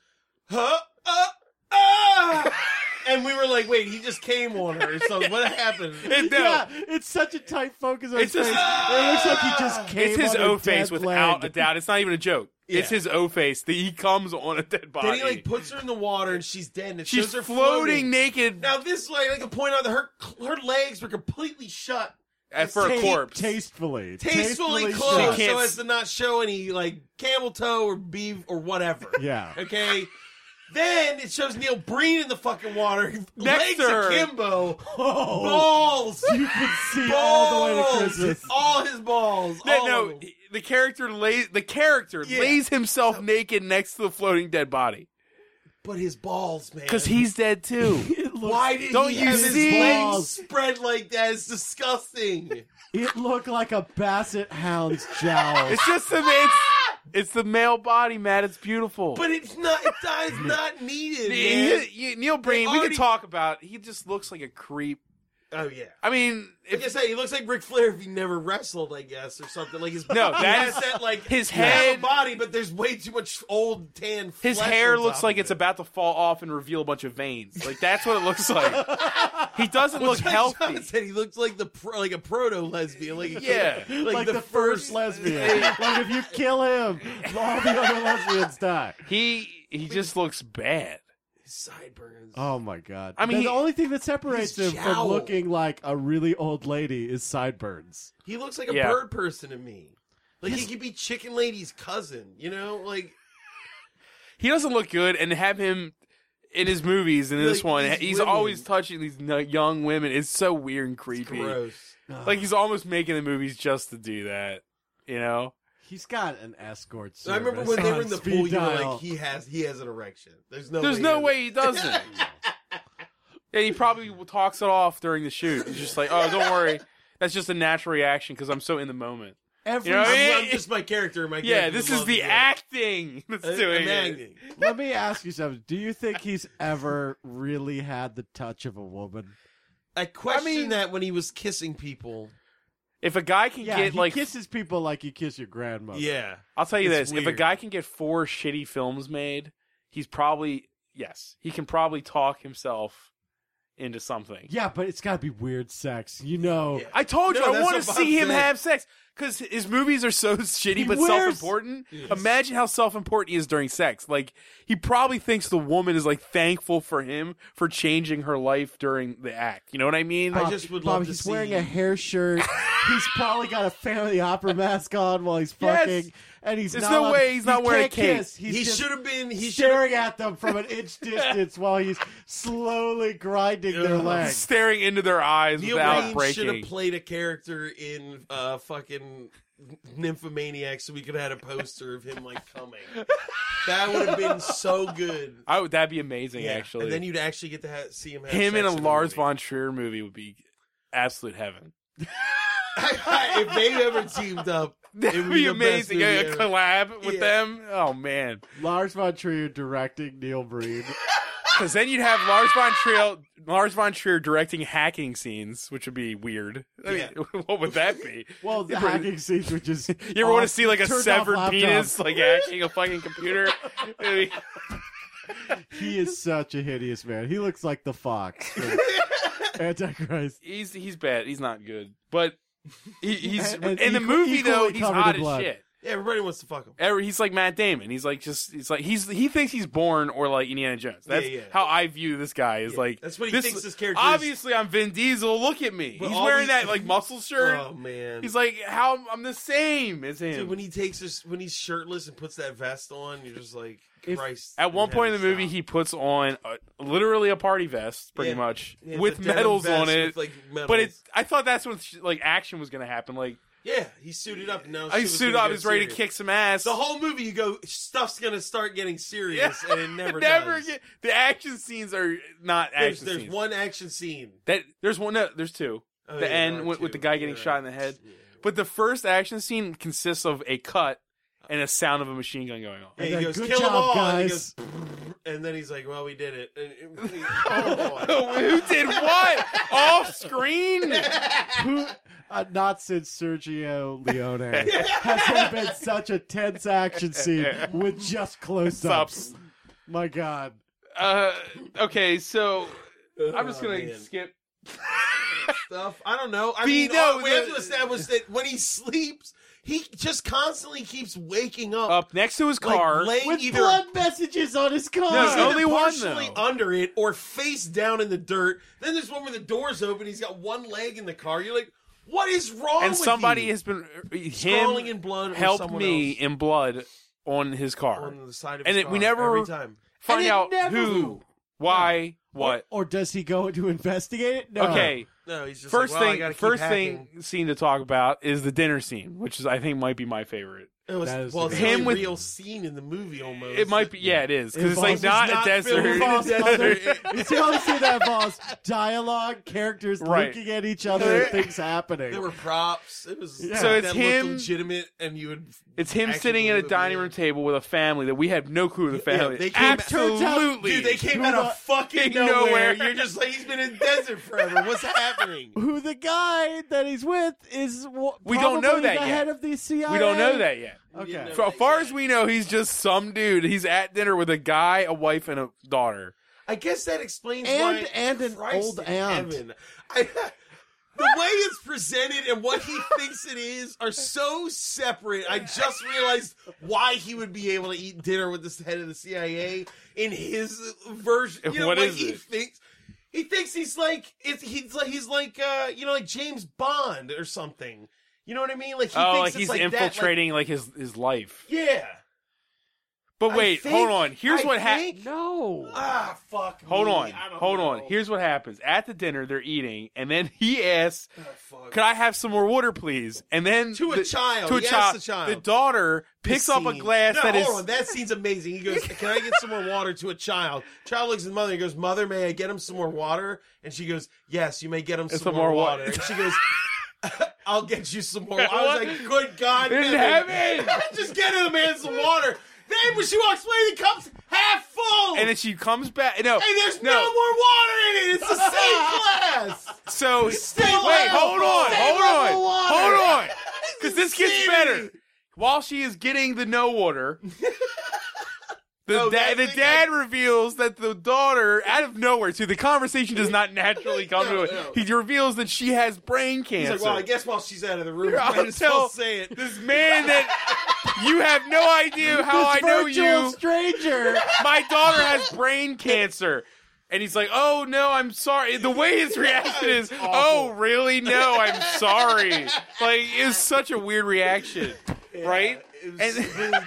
S9: huh? Uh, uh,
S3: [LAUGHS]
S9: and we were like, wait, he just came on her. So what happened?
S3: It- no,
S2: Yeah, it's such a tight focus on
S3: It's
S2: his
S3: just-
S2: face. it looks like he just came
S3: it's his
S2: on a
S3: O face
S2: dead
S3: without
S2: leg.
S3: a doubt. It's not even a joke. It's
S9: Yeah.
S3: his O face that he comes on a dead body.
S9: Then he like puts her in the water and she's dead. And it
S3: She's
S9: shows her
S3: floating, naked
S9: Now this way, I can point out that her her legs were completely shut,
S3: at, for a
S2: Ta-
S3: corpse.
S2: Tastefully.
S9: tastefully,
S3: shut.
S9: closed,
S3: She
S9: so
S3: can't
S9: as
S3: s-
S9: to not show any like camel toe or beef or whatever.
S2: Yeah.
S9: Okay. Then it shows Neil Breen in the fucking water,
S3: Next
S9: [LAUGHS] legs
S3: to her.
S9: akimbo,
S2: Oh,
S9: balls,
S2: you can see all the way to
S9: balls,
S2: Christmas.
S9: all his balls.
S3: No,
S9: all
S3: no,
S9: of them.
S3: the character lays the character
S9: Yeah.
S3: lays himself naked next to the floating dead body [LAUGHS]
S9: but his balls, man.
S3: because he's dead too.
S2: It looked,
S9: why did
S3: Don't
S9: he
S3: you
S9: have
S3: see?
S9: his legs
S2: Balls.
S9: spread like that? It's disgusting.
S2: it looked like a basset hound's jowl.
S3: [LAUGHS] it's just the it's, it's the male body, Matt. It's beautiful.
S9: but it's not. It's
S3: [LAUGHS]
S9: not, it's not needed.
S3: He-
S9: Man.
S3: he- Neil Breen, we
S9: already-
S3: can talk about. He just looks like a creep.
S9: Oh yeah.
S3: I mean, if
S9: Like I said, he looks like Ric Flair if he never wrestled, I guess, or something. Like his
S3: No, that
S9: he has
S3: is-
S9: that like
S3: his
S9: you have a
S3: head-
S9: body, but there's way too much old tan.
S3: His
S9: flesh
S3: hair
S9: on
S3: looks
S9: top
S3: like
S9: of
S3: it's
S9: it.
S3: about to fall off and reveal a bunch of veins. Like that's what it looks like. he
S9: [LAUGHS]
S3: doesn't
S9: Well,
S3: look
S9: John
S3: healthy.
S9: John said he looks like the pro, like a proto lesbian. Like
S3: Yeah.
S9: [LAUGHS] like,
S2: Like, the, first lesbian. like if you kill him, all the other lesbians die.
S3: He he just looks bad.
S9: His [LAUGHS] sideburns.
S2: Oh my god!
S3: I mean,
S2: Then
S3: he-
S2: the only thing that separates
S9: his
S2: him
S9: jowl.
S2: from looking like a really old lady is sideburns.
S9: He looks like a
S3: Yeah.
S9: bird person to me. Like he could be Chicken Lady's cousin. You know, like
S3: He doesn't look good, and have him in his movies and in this
S9: Like,
S3: one,
S9: these
S3: he's,
S9: women.
S3: always touching these no- young women. It's so weird and creepy.
S9: gross.
S3: Like he's almost making the movies just to do that. You know?
S2: He's got an escort.
S9: I remember
S2: service
S9: when they
S2: on
S9: were in the
S2: speed
S9: pool. You were
S2: dial.
S9: like, he has he has an erection. There's no.
S3: There's
S9: way
S3: no
S9: he-
S3: way he
S9: [LAUGHS]
S3: doesn't. and he probably talks it off during the shoot. He's just like, "Oh, don't worry." That's just a natural reaction because I'm so in the moment.
S2: Every
S3: You know what I mean?
S9: I'm, I'm just my character. My
S3: Yeah,
S9: character
S3: this
S9: would
S3: is
S9: love
S3: the
S9: to get-
S3: acting that's
S9: I'm
S3: doing it.
S9: acting.
S2: Let me ask you something. Do you think he's ever really had the touch of a woman?
S9: I question
S2: mean-
S9: that when he was kissing people.
S3: If a guy can
S2: Yeah,
S3: get
S2: he
S3: like,
S2: kisses people like you kiss your grandmother.
S9: Yeah.
S3: I'll tell you
S9: it's
S3: this: if a
S9: weird.
S3: guy can get four shitty films made, he's probably yes, he can probably talk himself into something.
S2: Yeah, but it's got to be weird sex. You know,
S3: I told you
S9: No,
S3: I
S9: that's
S3: want to
S9: what Bob
S3: see him
S9: said.
S3: have sex because his movies are so [LAUGHS] shitty
S2: He
S3: but
S2: wears-
S3: self-important. Imagine how self-important he is during sex. Like he probably thinks the woman is like thankful for him for changing her life during the act. You know what I mean?
S9: I just would
S2: Bob,
S9: love to
S2: he's
S9: see.
S2: wearing a
S9: [LAUGHS]
S2: hair shirt. he's probably got a family opera mask on while he's
S3: Yes.
S2: fucking, and he's
S3: There's
S2: not
S3: no
S2: allowed-
S3: way he's
S2: he
S3: not wearing
S2: can't
S3: a cape.
S2: kiss. He's
S9: he
S2: just
S9: should have been. He should.
S2: staring at them from an inch
S9: [LAUGHS]
S2: distance while he's slowly grinding their
S9: Ugh.
S2: legs.
S3: staring into their eyes
S9: Neil
S3: without
S9: Breen should have
S3: breaking.
S9: played a character in uh, fucking Nymphomaniac, so we could have had a poster of him like coming. That would have been so good.
S3: [LAUGHS] I would. That'd be amazing. Actually,
S9: and then you'd actually get to ha- see him. Have
S3: him in
S9: sex
S3: a
S9: the
S3: Lars
S9: movie.
S3: von Trier movie would be absolute heaven.
S9: [LAUGHS]
S3: [LAUGHS]
S9: if they ever teamed up,
S3: That
S9: it
S3: would
S9: would
S3: be
S9: the best
S3: amazing.
S9: movie
S3: A, a
S9: ever.
S3: collab with
S9: Yeah.
S3: them. Oh man.
S2: Lars von Trier directing Neil Breen.
S3: Because then you'd have Lars von Trier, Lars von Trier directing hacking scenes, which would be weird. I mean, [LAUGHS] what would that
S9: [LAUGHS]
S3: be? [LAUGHS]
S2: Well, the hacking scenes, which is you
S3: You
S9: oh,
S3: ever want to see like a severed penis,
S9: [LAUGHS]
S3: like hacking a fucking computer? I
S2: He is such a hideous man. He looks like the fox, from
S3: [LAUGHS]
S2: Antichrist.
S3: mean, he's he's bad. He's not good. But
S9: [LAUGHS]
S3: he, he's
S2: And- and
S3: in the
S2: equa-
S3: movie though.
S2: equally
S3: He's
S2: covered
S3: hot
S2: in
S3: as
S2: blood.
S3: shit.
S9: Yeah, everybody wants to fuck him.
S3: Every, he's like Matt Damon. He's like just he's like he's he thinks he's born or like Indiana Jones. That's
S9: Yeah, yeah.
S3: how I view this guy. Is
S9: Yeah,
S3: like
S9: that's what he thinks his character is.
S3: Obviously, I'm Vin Diesel. Look at me.
S9: But
S3: He's
S9: all
S3: wearing
S9: these-
S3: that like muscle shirt.
S9: Oh man,
S3: He's like, how I'm the same as him.
S9: Dude, when he takes his when he's shirtless and puts that vest on, you're just like
S2: If-
S9: Christ.
S3: At one
S9: in
S3: point in the
S9: heaven,
S3: movie,
S9: stop.
S3: he puts on a, literally a party vest, pretty
S9: Yeah.
S3: much,
S9: Yeah, it's
S3: with
S9: a denim
S3: medals
S9: vest
S3: on it.
S9: with, like, medals.
S3: But it's, I thought that's when sh- like action was gonna happen. Like
S9: yeah, he suited up. Now
S3: I
S9: shit was
S3: suited
S9: gonna
S3: up,
S9: get
S3: he's ready to
S9: serious.
S3: kick some ass.
S9: The whole movie, you go stuff's gonna start getting serious, and it never,
S3: [LAUGHS]
S9: does.
S3: get- the action scenes are not
S9: there's
S3: action
S9: there's
S3: scenes.
S9: one action scene.
S3: that there's one. No, there's two.
S9: Oh, yeah,
S3: the
S9: there
S3: end
S9: are
S3: with, with
S9: two.
S3: the guy getting
S9: You're
S3: shot
S9: right.
S3: in the head.
S9: Yeah.
S3: But the first action scene consists of a cut and a sound of a machine gun going
S9: [LAUGHS]
S3: off.
S9: And
S2: Yeah,
S9: he goes,
S2: good
S9: "Kill them
S2: job,
S9: all," and he
S2: guys.
S9: goes, and then he's like, "Well, we did it." [LAUGHS] And
S3: [LAUGHS]
S9: it- oh,
S3: Who did what? Off screen?
S2: Who, uh, not since
S3: [LAUGHS]
S2: Sergio Leone has there been such a tense action scene with just close-ups.
S3: Sups.
S2: My God,
S3: Uh, okay, so
S9: [LAUGHS]
S3: I'm just
S9: Oh,
S3: gonna
S9: man.
S3: skip.
S9: stuff. I don't know. I
S3: Be-
S9: mean,
S3: no,
S9: all we
S3: the-
S9: have to establish that when he sleeps, he just constantly keeps waking up,
S3: Up next to his
S9: like,
S3: car.
S9: laying
S2: with
S9: either
S2: blood messages on his car.
S3: No,
S9: He's either
S3: only one,
S9: partially
S3: though.
S9: under it or face down in the dirt. Then there's one where the door's open. He's got one leg in the car. You're like, what is wrong?
S3: and
S9: with
S3: somebody
S9: you?
S3: has been uh, him
S9: Scrawling in blood or
S3: helped
S9: someone
S3: me
S9: else.
S3: in blood on his car.
S9: on the side of
S3: and
S9: his
S3: it- we
S9: car
S3: never-
S9: every time.
S3: Find
S2: And it
S3: out
S2: never-
S3: who, why, what.
S2: Or does he go to investigate it? No.
S3: Okay,
S9: No, he's just
S3: first
S9: like, well, I
S3: thing,
S9: gotta keep
S3: first
S9: hacking.
S3: thing scene to talk about is the dinner scene, which is I think might be my favorite.
S9: It was,
S2: That is
S9: well,
S2: the
S9: it's
S3: greatest.
S9: him
S3: Him with-
S9: real scene in the movie almost.
S3: It might be, yeah, it is because it's like
S2: Involves-
S3: not,
S9: It's not
S3: a desert.
S9: filmed in a
S2: involves other, [LAUGHS]
S9: desert.
S2: it's obviously that involves dialogue, characters
S3: Right.
S2: looking at each other, and things happening.
S9: There were props. It was
S2: Yeah.
S3: So it's
S9: that looked
S3: him-
S9: legitimate, and you would.
S3: It's him
S9: Actually,
S3: sitting at a
S9: believe it,
S3: dining
S9: yeah.
S3: room table with a family that we have no clue the
S9: Yeah,
S3: family.
S9: they came out-
S2: Turns out-
S3: Absolutely,
S9: Dude, they came
S2: Who
S9: out
S2: the-
S9: of fucking
S3: nowhere.
S9: nowhere. You're just like he's been in the desert forever. What's happening?
S2: Who the guy that he's with is? w-
S3: We don't know
S2: probably
S3: that
S2: the
S3: yet.
S2: head of the CIA.
S3: we don't know that yet.
S2: Okay.
S9: Yeah, no.
S3: For, as far as we know, he's just some dude. He's at dinner with a guy, a wife, and a daughter.
S9: I guess that explains
S2: And-
S9: why
S2: and an
S9: Christ
S2: old
S9: in
S2: aunt.
S9: heaven. I, the way it's presented and what he thinks it is are so separate. I just realized why he would be able to eat dinner with this head of the CIA in his version. You know,
S3: What
S9: like
S3: is
S9: he
S3: it?
S9: thinks. He thinks he's like it's, he's like he's like uh, you know like James Bond or something. You know what I mean? Like he
S3: oh,
S9: thinks
S3: like
S9: it's
S3: he's
S9: like
S3: infiltrating like, his his life.
S9: That, like, yeah.
S3: But
S9: I
S3: wait,
S9: think-
S3: hold on. Here's
S9: I
S3: what happened.
S9: think-
S2: No.
S9: Ah, fuck.
S3: Hold
S9: me.
S3: on,
S9: I don't
S3: hold
S9: know.
S3: on. Here's what happens at the dinner. They're eating, and then he asks,
S9: Ah, fuck.
S3: "Could I have some more water, please?" And then
S9: To a child.
S3: to a
S9: He
S3: child,
S9: asks the child.
S3: the daughter picks up a
S9: scene.
S3: glass
S9: no,
S3: that
S9: hold
S3: is
S9: on. that scene's amazing. He
S3: [LAUGHS]
S9: goes, "Can I get some more water?" To a child, child looks at the mother and goes, "Mother, may I get him some more water?" And she goes, "Yes, you may get him some,
S3: some
S9: more,
S3: more wa-
S9: water." And she goes, [LAUGHS] "I'll get you some more." water. I
S3: What?
S9: was like, "Good God,
S3: in
S9: heaven.
S3: heaven.
S9: [LAUGHS] just get him a man some water." Then when she walks away, the cup's half full,
S3: and then she comes back. No,
S9: And there's no.
S3: no.
S9: more water in it.
S3: [LAUGHS]
S9: It's the same glass.
S3: So
S9: still
S3: wait,
S9: have
S3: hold on, hold on,
S9: favorable water.
S3: hold on, because this gets
S9: Stevie. [LAUGHS]
S3: better. While she is getting the no water, The,
S9: Oh,
S3: da-
S9: that
S3: the
S9: thing
S3: dad reveals that the daughter, out of nowhere, too, the conversation does not naturally come
S9: No,
S3: to it.
S9: no.
S3: He reveals that she has brain cancer.
S9: He's like, well, I guess while she's out of the room,
S3: Here,
S9: [LAUGHS] I
S3: I'll
S9: might as well
S3: tell
S9: say it.
S3: This man
S9: [LAUGHS]
S3: that you have no idea how Oh, I
S2: this
S3: know
S2: virtual
S3: you.
S2: stranger.
S3: My daughter has brain cancer. And he's like, oh no, I'm sorry. The way his reaction is, oh really? No, I'm sorry. Like, it's such a weird reaction, right?
S9: It was
S3: And-
S9: really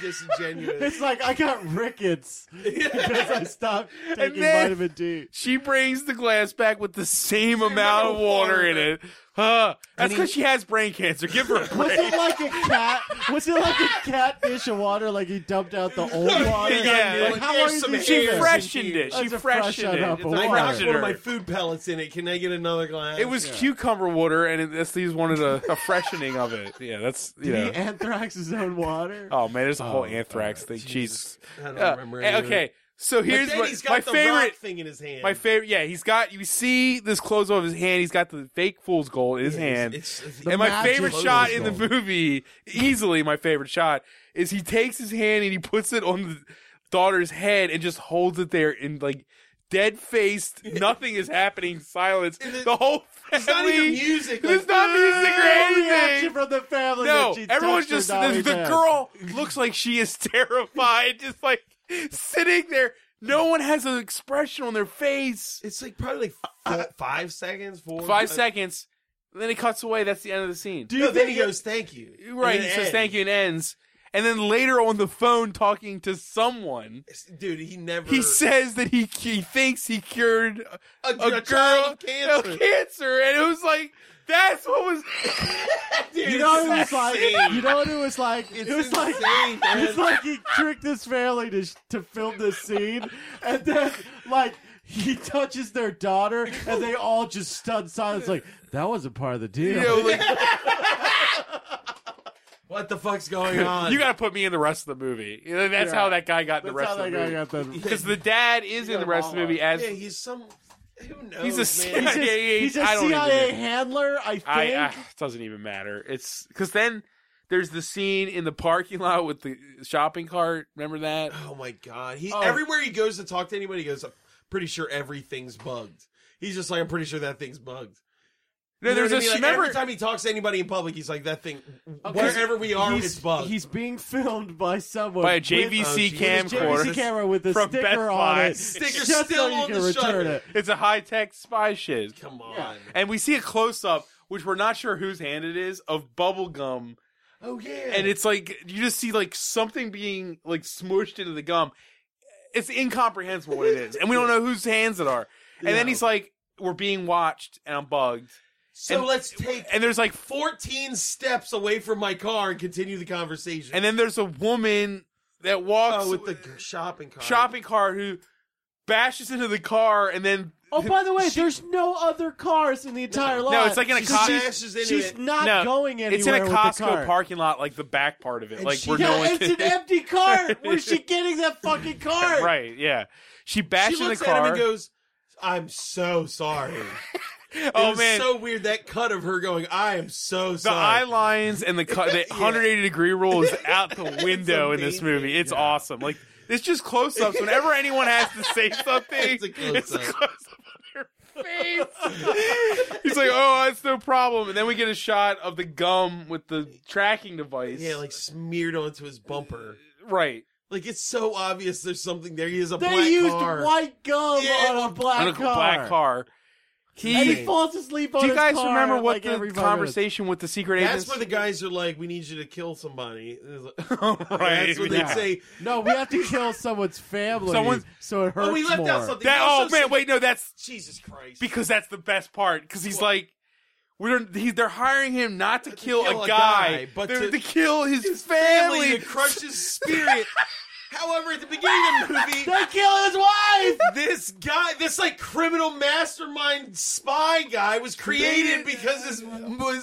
S3: [LAUGHS]
S9: disingenuous.
S2: It's like I got rickets because
S3: [LAUGHS]
S2: I stopped taking
S3: then-
S2: vitamin D.
S3: She brings the glass back with the same amount of water in it. Huh. That's because she has brain cancer. Give her a
S2: [LAUGHS] Was
S3: break.
S2: it like a cat? Was it like a catfish of water? Like he dumped out the old
S3: [LAUGHS]
S2: water?
S3: Yeah.
S2: Like, how long
S9: There's
S2: is
S9: some
S2: he
S3: She
S2: doing
S9: air.
S2: this?
S9: fresh-
S3: freshened it. She
S2: That's a
S3: freshened
S2: freshen
S3: it.
S2: up
S3: It's
S2: of
S3: a
S9: I
S2: water.
S9: knocked one
S3: freshener.
S9: of my food pellets in it. Can I get another glass?
S3: It was cucumber water, and it, this leaves wanted a, a freshening of it. Yeah, that's you
S2: Did he
S3: know.
S2: anthrax his own water?
S3: Oh man, there's a whole anthrax thing. Jesus.
S9: I don't
S3: Uh,
S9: remember.
S3: eh,
S9: any of it.
S3: okay, so here's
S9: but then
S3: what,
S9: he's
S3: my
S9: got the
S3: favorite.
S9: rock thing in his hand.
S3: My favorite. Yeah, he's got. You see this close of his hand. He's got the fake fool's gold in his hand.
S9: It's, it's,
S3: and my
S2: magic
S3: favorite
S2: fool's
S3: shot in the
S2: gold.
S3: movie, easily my favorite shot, is he takes his hand and he puts it on the daughter's head and just holds it there in like dead
S9: [LAUGHS]
S3: faced. Nothing is happening. Silence.
S9: And
S3: The,
S9: it-
S3: whole family.
S9: it's not even music.
S3: There's
S9: like,
S3: not music
S9: [LAUGHS]
S3: or
S2: No
S3: anything.
S2: reaction from the family.
S3: No,
S2: that she
S3: everyone's
S2: touched her
S3: just the,
S2: naughty
S3: the
S2: hand.
S3: girl looks like she is [LAUGHS] terrified, just like sitting there. No one has an expression on their face.
S9: It's like probably like four, five seconds, four
S3: Five seconds, and then it cuts away. That's the end of the scene.
S2: Do you
S9: No, then
S2: think
S9: he goes, "Thank you." and
S3: right,
S9: then
S3: he
S9: it
S3: says
S9: ends.
S3: thank you and ends. And then later on the phone, talking to someone,
S9: dude. He never.
S3: he says that he he thinks he cured
S9: Er. a,
S3: a,
S9: a
S3: girl
S9: child of cancer.
S3: of cancer, and it was like [LAUGHS] that's what
S9: [LAUGHS]
S3: was.
S9: Dude,
S2: You know what it
S9: it's
S2: was like?
S9: insane.
S2: You know what it was like?
S9: It's
S2: it was like
S9: insane, man.
S2: it's like he tricked this family to sh- to film this scene, and then like he touches their daughter, and they all just stun silence. Like that wasn't part of the deal.
S3: You know, like,
S9: what
S3: [LAUGHS]
S9: the fuck's going on?
S3: you got to put me in the rest of the movie. You know, That's
S2: Yeah.
S3: how that guy got in
S2: That's
S3: the rest
S2: how
S3: of the
S2: that
S3: movie.
S2: guy
S3: [LAUGHS]
S2: got the.
S3: because the dad is in the rest of the movie as
S9: yeah, he's some. Who knows?
S3: he's a [LAUGHS]
S9: man?
S2: He's a,
S3: CIA.
S2: he's a
S3: I don't even
S2: CIA
S3: know.
S2: handler, I think.
S3: I, I it doesn't even matter. It's because then there's the scene in the parking lot with the shopping cart. Remember that?
S9: Oh my god! He everywhere he goes to talk to anybody, he goes. I'm pretty sure everything's bugged. He's just like, I'm pretty sure that thing's bugged.
S3: No,
S9: You know
S3: there's
S9: what
S3: a
S9: I mean? like,
S3: remember.
S9: every time he talks to anybody in public, he's like, that thing.
S2: Because
S9: Wherever we are,
S2: he's,
S9: it's bugged.
S2: He's being filmed by someone
S3: by a
S2: with-
S3: JVC
S9: with-
S2: with a
S3: camcorder.
S2: JVC camera with a
S3: from
S2: sticker
S3: Best
S2: on
S3: Buy.
S2: it,
S9: Sticker's
S2: just so
S9: still
S2: you
S9: on
S2: can
S9: the
S2: return
S9: shutter.
S2: it.
S3: [LAUGHS] It's a high tech spy shit.
S9: Come on.
S3: And we see a close up, which we're not sure whose hand it is, of bubble gum,
S9: Oh yeah.
S3: and it's like you just see like something being like smooshed into the gum. It's incomprehensible what it is, and we don't know whose hands it are. And then
S9: No.
S3: he's like, "We're being watched, and I'm bugged."
S9: so
S3: and-
S9: let's take
S3: And there's like
S9: 14 steps away from my car and continue the conversation.
S3: And then there's a woman that walks
S9: oh, with the g- shopping cart.
S3: shopping cart who bashes into the car and then
S2: Oh, by the way, there's no other cars in the entire lot.
S3: no, it's like in a
S9: She
S3: Costco.
S9: smashes into
S2: She's
S9: it.
S2: not
S3: no,
S2: going anywhere.
S3: it's in a
S2: with the
S3: Costco
S2: car.
S3: parking lot, like the back part of it.
S9: And
S3: like
S9: she- [LAUGHS]
S3: we're
S2: Yeah,
S3: going
S2: it's an
S3: to [LAUGHS]
S2: empty car. Where's she getting that fucking car?
S3: right. Yeah, she
S9: She
S3: bashes in the
S9: looks
S3: car.
S9: at him and goes, I'm so sorry. it
S3: oh
S9: was
S3: man,
S9: so weird that cut of her going, I am so
S3: the eye
S9: sorry.
S3: lines and the cut,
S9: [LAUGHS]
S3: the 180 degree rule is out the window in this
S9: amazing.
S3: movie. It's awesome. Like it's just close ups. Whenever anyone has to
S9: [LAUGHS]
S3: say something,
S9: It's a close-up.
S3: close-up on their face. He's like, "Oh, that's no problem." And then we get a shot of the gum with the tracking device.
S9: yeah, like smeared onto his bumper.
S3: right.
S9: Like it's so obvious there's something there. He has a
S2: They
S9: black
S2: used
S9: car.
S2: white gum
S9: Yeah,
S2: on a black
S3: on a
S2: car.
S3: black car. He.
S2: And he falls asleep on
S3: do you
S2: his
S3: guys
S2: car,
S3: remember what
S2: like,
S3: the
S2: every five
S3: conversation with the secret
S9: That's
S3: agents?
S9: where the guys are like, we need you to kill somebody. [LAUGHS]
S3: [LAUGHS] Right,
S9: That's what they
S3: yeah.
S9: say.
S2: minutes. No, we have to kill someone's family.
S3: Someone's-
S2: so it hurts
S9: Oh, we left
S2: more.
S9: out something.
S3: That-
S9: He
S3: oh
S9: also
S3: man,
S9: said-
S3: wait, no, that's
S9: Jesus Christ.
S3: because that's the best part. Because he's like, we're he, they're hiring him not to kill,
S9: kill
S3: a,
S9: a
S3: guy,
S9: guy, but
S3: they're- to,
S9: to-
S3: kill his,
S9: family
S3: family.
S9: to crush his
S3: [LAUGHS]
S9: spirit. However, at the beginning of the movie,
S2: They kill his wife.
S9: this guy, this like criminal mastermind spy guy, was created because his, his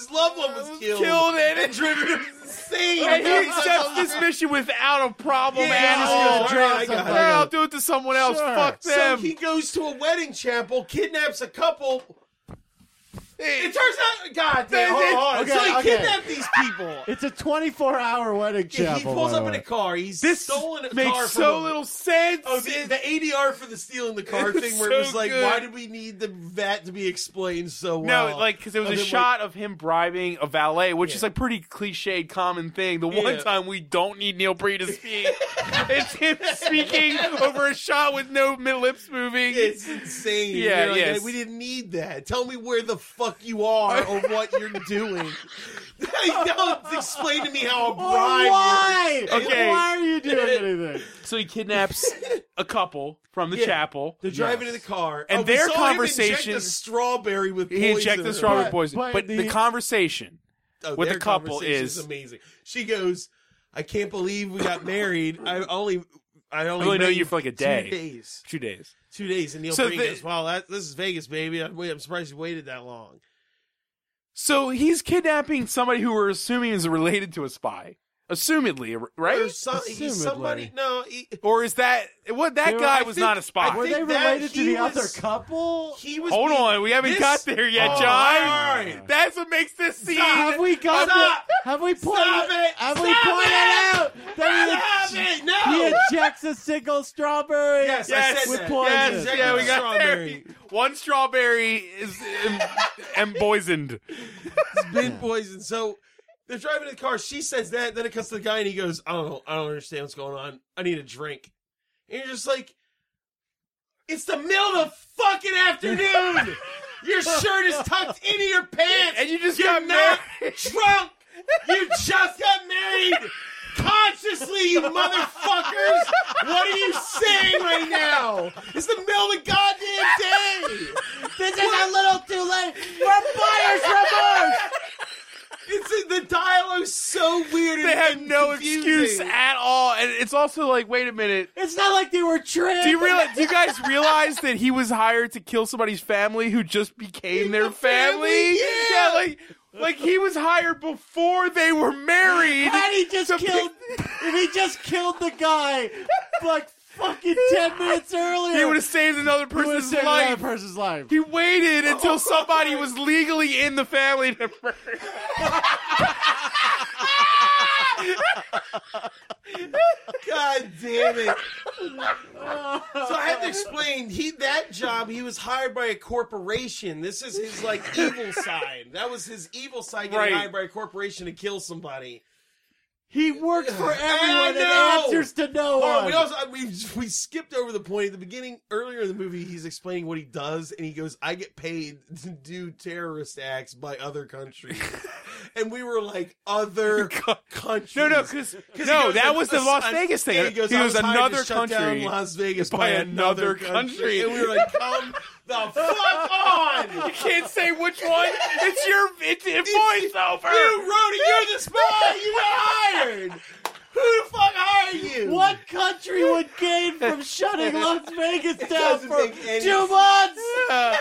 S9: loved one was killed,
S3: Killed and-
S9: and driven him [LAUGHS] insane.
S3: and he accepts this mission without a problem
S9: Yeah,
S3: at
S9: oh, he's
S3: all.
S9: gonna
S3: All
S9: drown
S3: right,
S9: somebody.
S3: yeah, I'll do it to someone else.
S2: Sure.
S3: Fuck
S9: So
S3: them.
S9: he goes to a wedding chapel, kidnaps a couple. It turns out, God
S3: They-
S9: damn,
S3: they-
S9: hold on.
S2: okay,
S9: so he
S2: okay.
S9: kidnapped these people.
S2: It's a 24 hour wedding chapel.
S9: [LAUGHS] he pulls
S2: by
S9: up
S2: the
S9: in a
S2: way.
S9: car. He's
S3: This
S9: stolen a car from
S3: makes so
S9: a-
S3: little sense.
S9: Oh, the, the ADR for the stealing the car
S3: It's
S9: thing, where it was
S3: so
S9: like,
S3: good.
S9: why did we need the that to be explained so
S3: no,
S9: well?
S3: like because it was
S9: And
S3: a
S9: then, like-
S3: shot of him bribing a valet, which is
S9: Yeah.
S3: a pretty cliched, common thing. The one
S9: Yeah.
S3: time we don't need Neil Bree to
S9: [LAUGHS]
S3: speak, it's him speaking over a shot with no mid lips moving.
S9: It's insane.
S3: Yeah,
S9: You're like,
S3: yes.
S9: We didn't need that. Tell me where the fuck you are or what you're doing. [LAUGHS]
S3: [LAUGHS]
S9: Don't explain to me
S3: Oh,
S9: how a
S2: Or
S9: bribe. works.
S2: why?
S3: Okay.
S2: Why are
S9: [LAUGHS]
S2: you doing anything?
S3: so he kidnaps a couple from the
S9: Yeah.
S3: chapel.
S9: They're driving to the car,
S3: And
S9: Oh, we
S3: their
S9: saw him
S3: conversation-
S9: inject a strawberry with
S3: He injects the
S9: poison.
S3: strawberry
S2: But-
S3: poison,
S2: but
S3: but the
S2: the-
S3: conversation.
S9: Oh,
S3: with
S9: their
S3: the couple
S9: conversation
S3: is-
S9: amazing. She goes, "I can't believe we got married. I only,
S3: I
S9: I only,
S3: only know
S9: made
S3: you for like a
S9: two
S3: day.
S9: days,
S3: Two days.
S9: two days." And Neil
S3: So
S9: Breen
S3: the-
S9: goes, "Wow, that, this is Vegas, baby. I, I'm surprised you waited that long."
S3: So he's kidnapping somebody who we're assuming is related to a spy, assumedly,
S9: Or
S3: right?
S9: some, he's somebody.
S2: Assumedly.
S9: No, he,
S3: Or is that what that
S2: They were-
S3: guy
S2: I
S3: was
S9: think-
S3: not a spy?
S9: I
S2: Were
S9: think
S2: they
S9: that
S2: related to
S9: he
S2: the other
S9: was-
S2: couple?
S9: he was.
S3: Hold
S9: being-
S3: on, we haven't
S9: this-
S3: got there yet,
S9: Oh,
S3: John.
S9: all right.
S3: That's what makes this scene.
S2: Have we got
S9: Stop!
S2: it? Have we pointed
S9: Stop it!
S2: Have we
S9: Stop
S2: pointed
S9: it!
S2: out that
S9: Stop
S2: he,
S9: it!
S2: he
S9: No.
S2: ejects a single strawberry?
S9: Yes, I
S3: Yes,
S9: said
S2: with
S9: that.
S2: poison.
S3: yes, yeah, we got
S9: Strawberry.
S3: there. One strawberry is em- empoisoned.
S9: been poisoned. So they're driving in the car. She says that. Then it cuts to the guy and he goes, I don't know. I don't understand what's going on. I need a drink. And you're just like, it's the middle of the fucking afternoon. your shirt is tucked into your pants.
S3: And you just
S9: you're
S3: got
S9: not
S3: [LAUGHS] married.
S9: drunk. You just got married. Consciously, you motherfuckers! What are you saying right now? It's the middle of the goddamn day!
S2: This is a little too late for buyer's remorse.
S9: It's the dialogue's so weird.
S3: They have no excuse at all, and it's also like, wait a minute.
S2: It's not like they were tricked.
S3: Do you realize? Do you [LAUGHS] guys realize that he was hired to kill somebody's family who just became their family? Yeah. like like he was hired before they were married.
S2: Had he just killed, if he just killed the guy, like fucking ten minutes earlier,
S3: He would have saved another
S2: he would've
S3: person's
S2: saved
S3: life.
S2: that person's life.
S3: He waited
S9: [LAUGHS]
S3: until somebody was legally in the family to murder.
S9: God
S3: [LAUGHS]
S9: damn it! so I have to explain. He that job. He was hired by a corporation. This is his like evil side. That was his evil side getting
S3: Right.
S9: hired by a corporation to kill somebody.
S2: He works for everyone and
S9: know.
S2: answers to no
S9: Oh,
S2: one.
S9: we also I- we we skipped over the point at the beginning earlier in the movie. He's explaining what he does, and he goes, "I get paid to do terrorist acts by other
S3: [LAUGHS]
S9: countries," and we were like, "Other countries."
S3: No, no, because
S9: He
S3: no,
S9: goes,
S3: that
S9: "I-
S3: was the
S9: I-
S3: Las
S9: I-
S3: Vegas thing.
S9: yeah, he goes, "I was hired to
S3: another
S9: shut down
S3: country. [LAUGHS]
S9: Las Vegas
S3: by
S9: by,
S3: another
S9: another
S3: country."
S9: country. and we were like, "Come the fuck on!"
S3: You can't say which one. It's your it's, it's voiceover.
S9: You Rhodey, you're the spy. You got hired. Who the fuck hired you?
S2: What country would gain from shutting Las Vegas down
S9: doesn't
S2: for
S9: make any
S2: two months?
S3: [LAUGHS] Uh,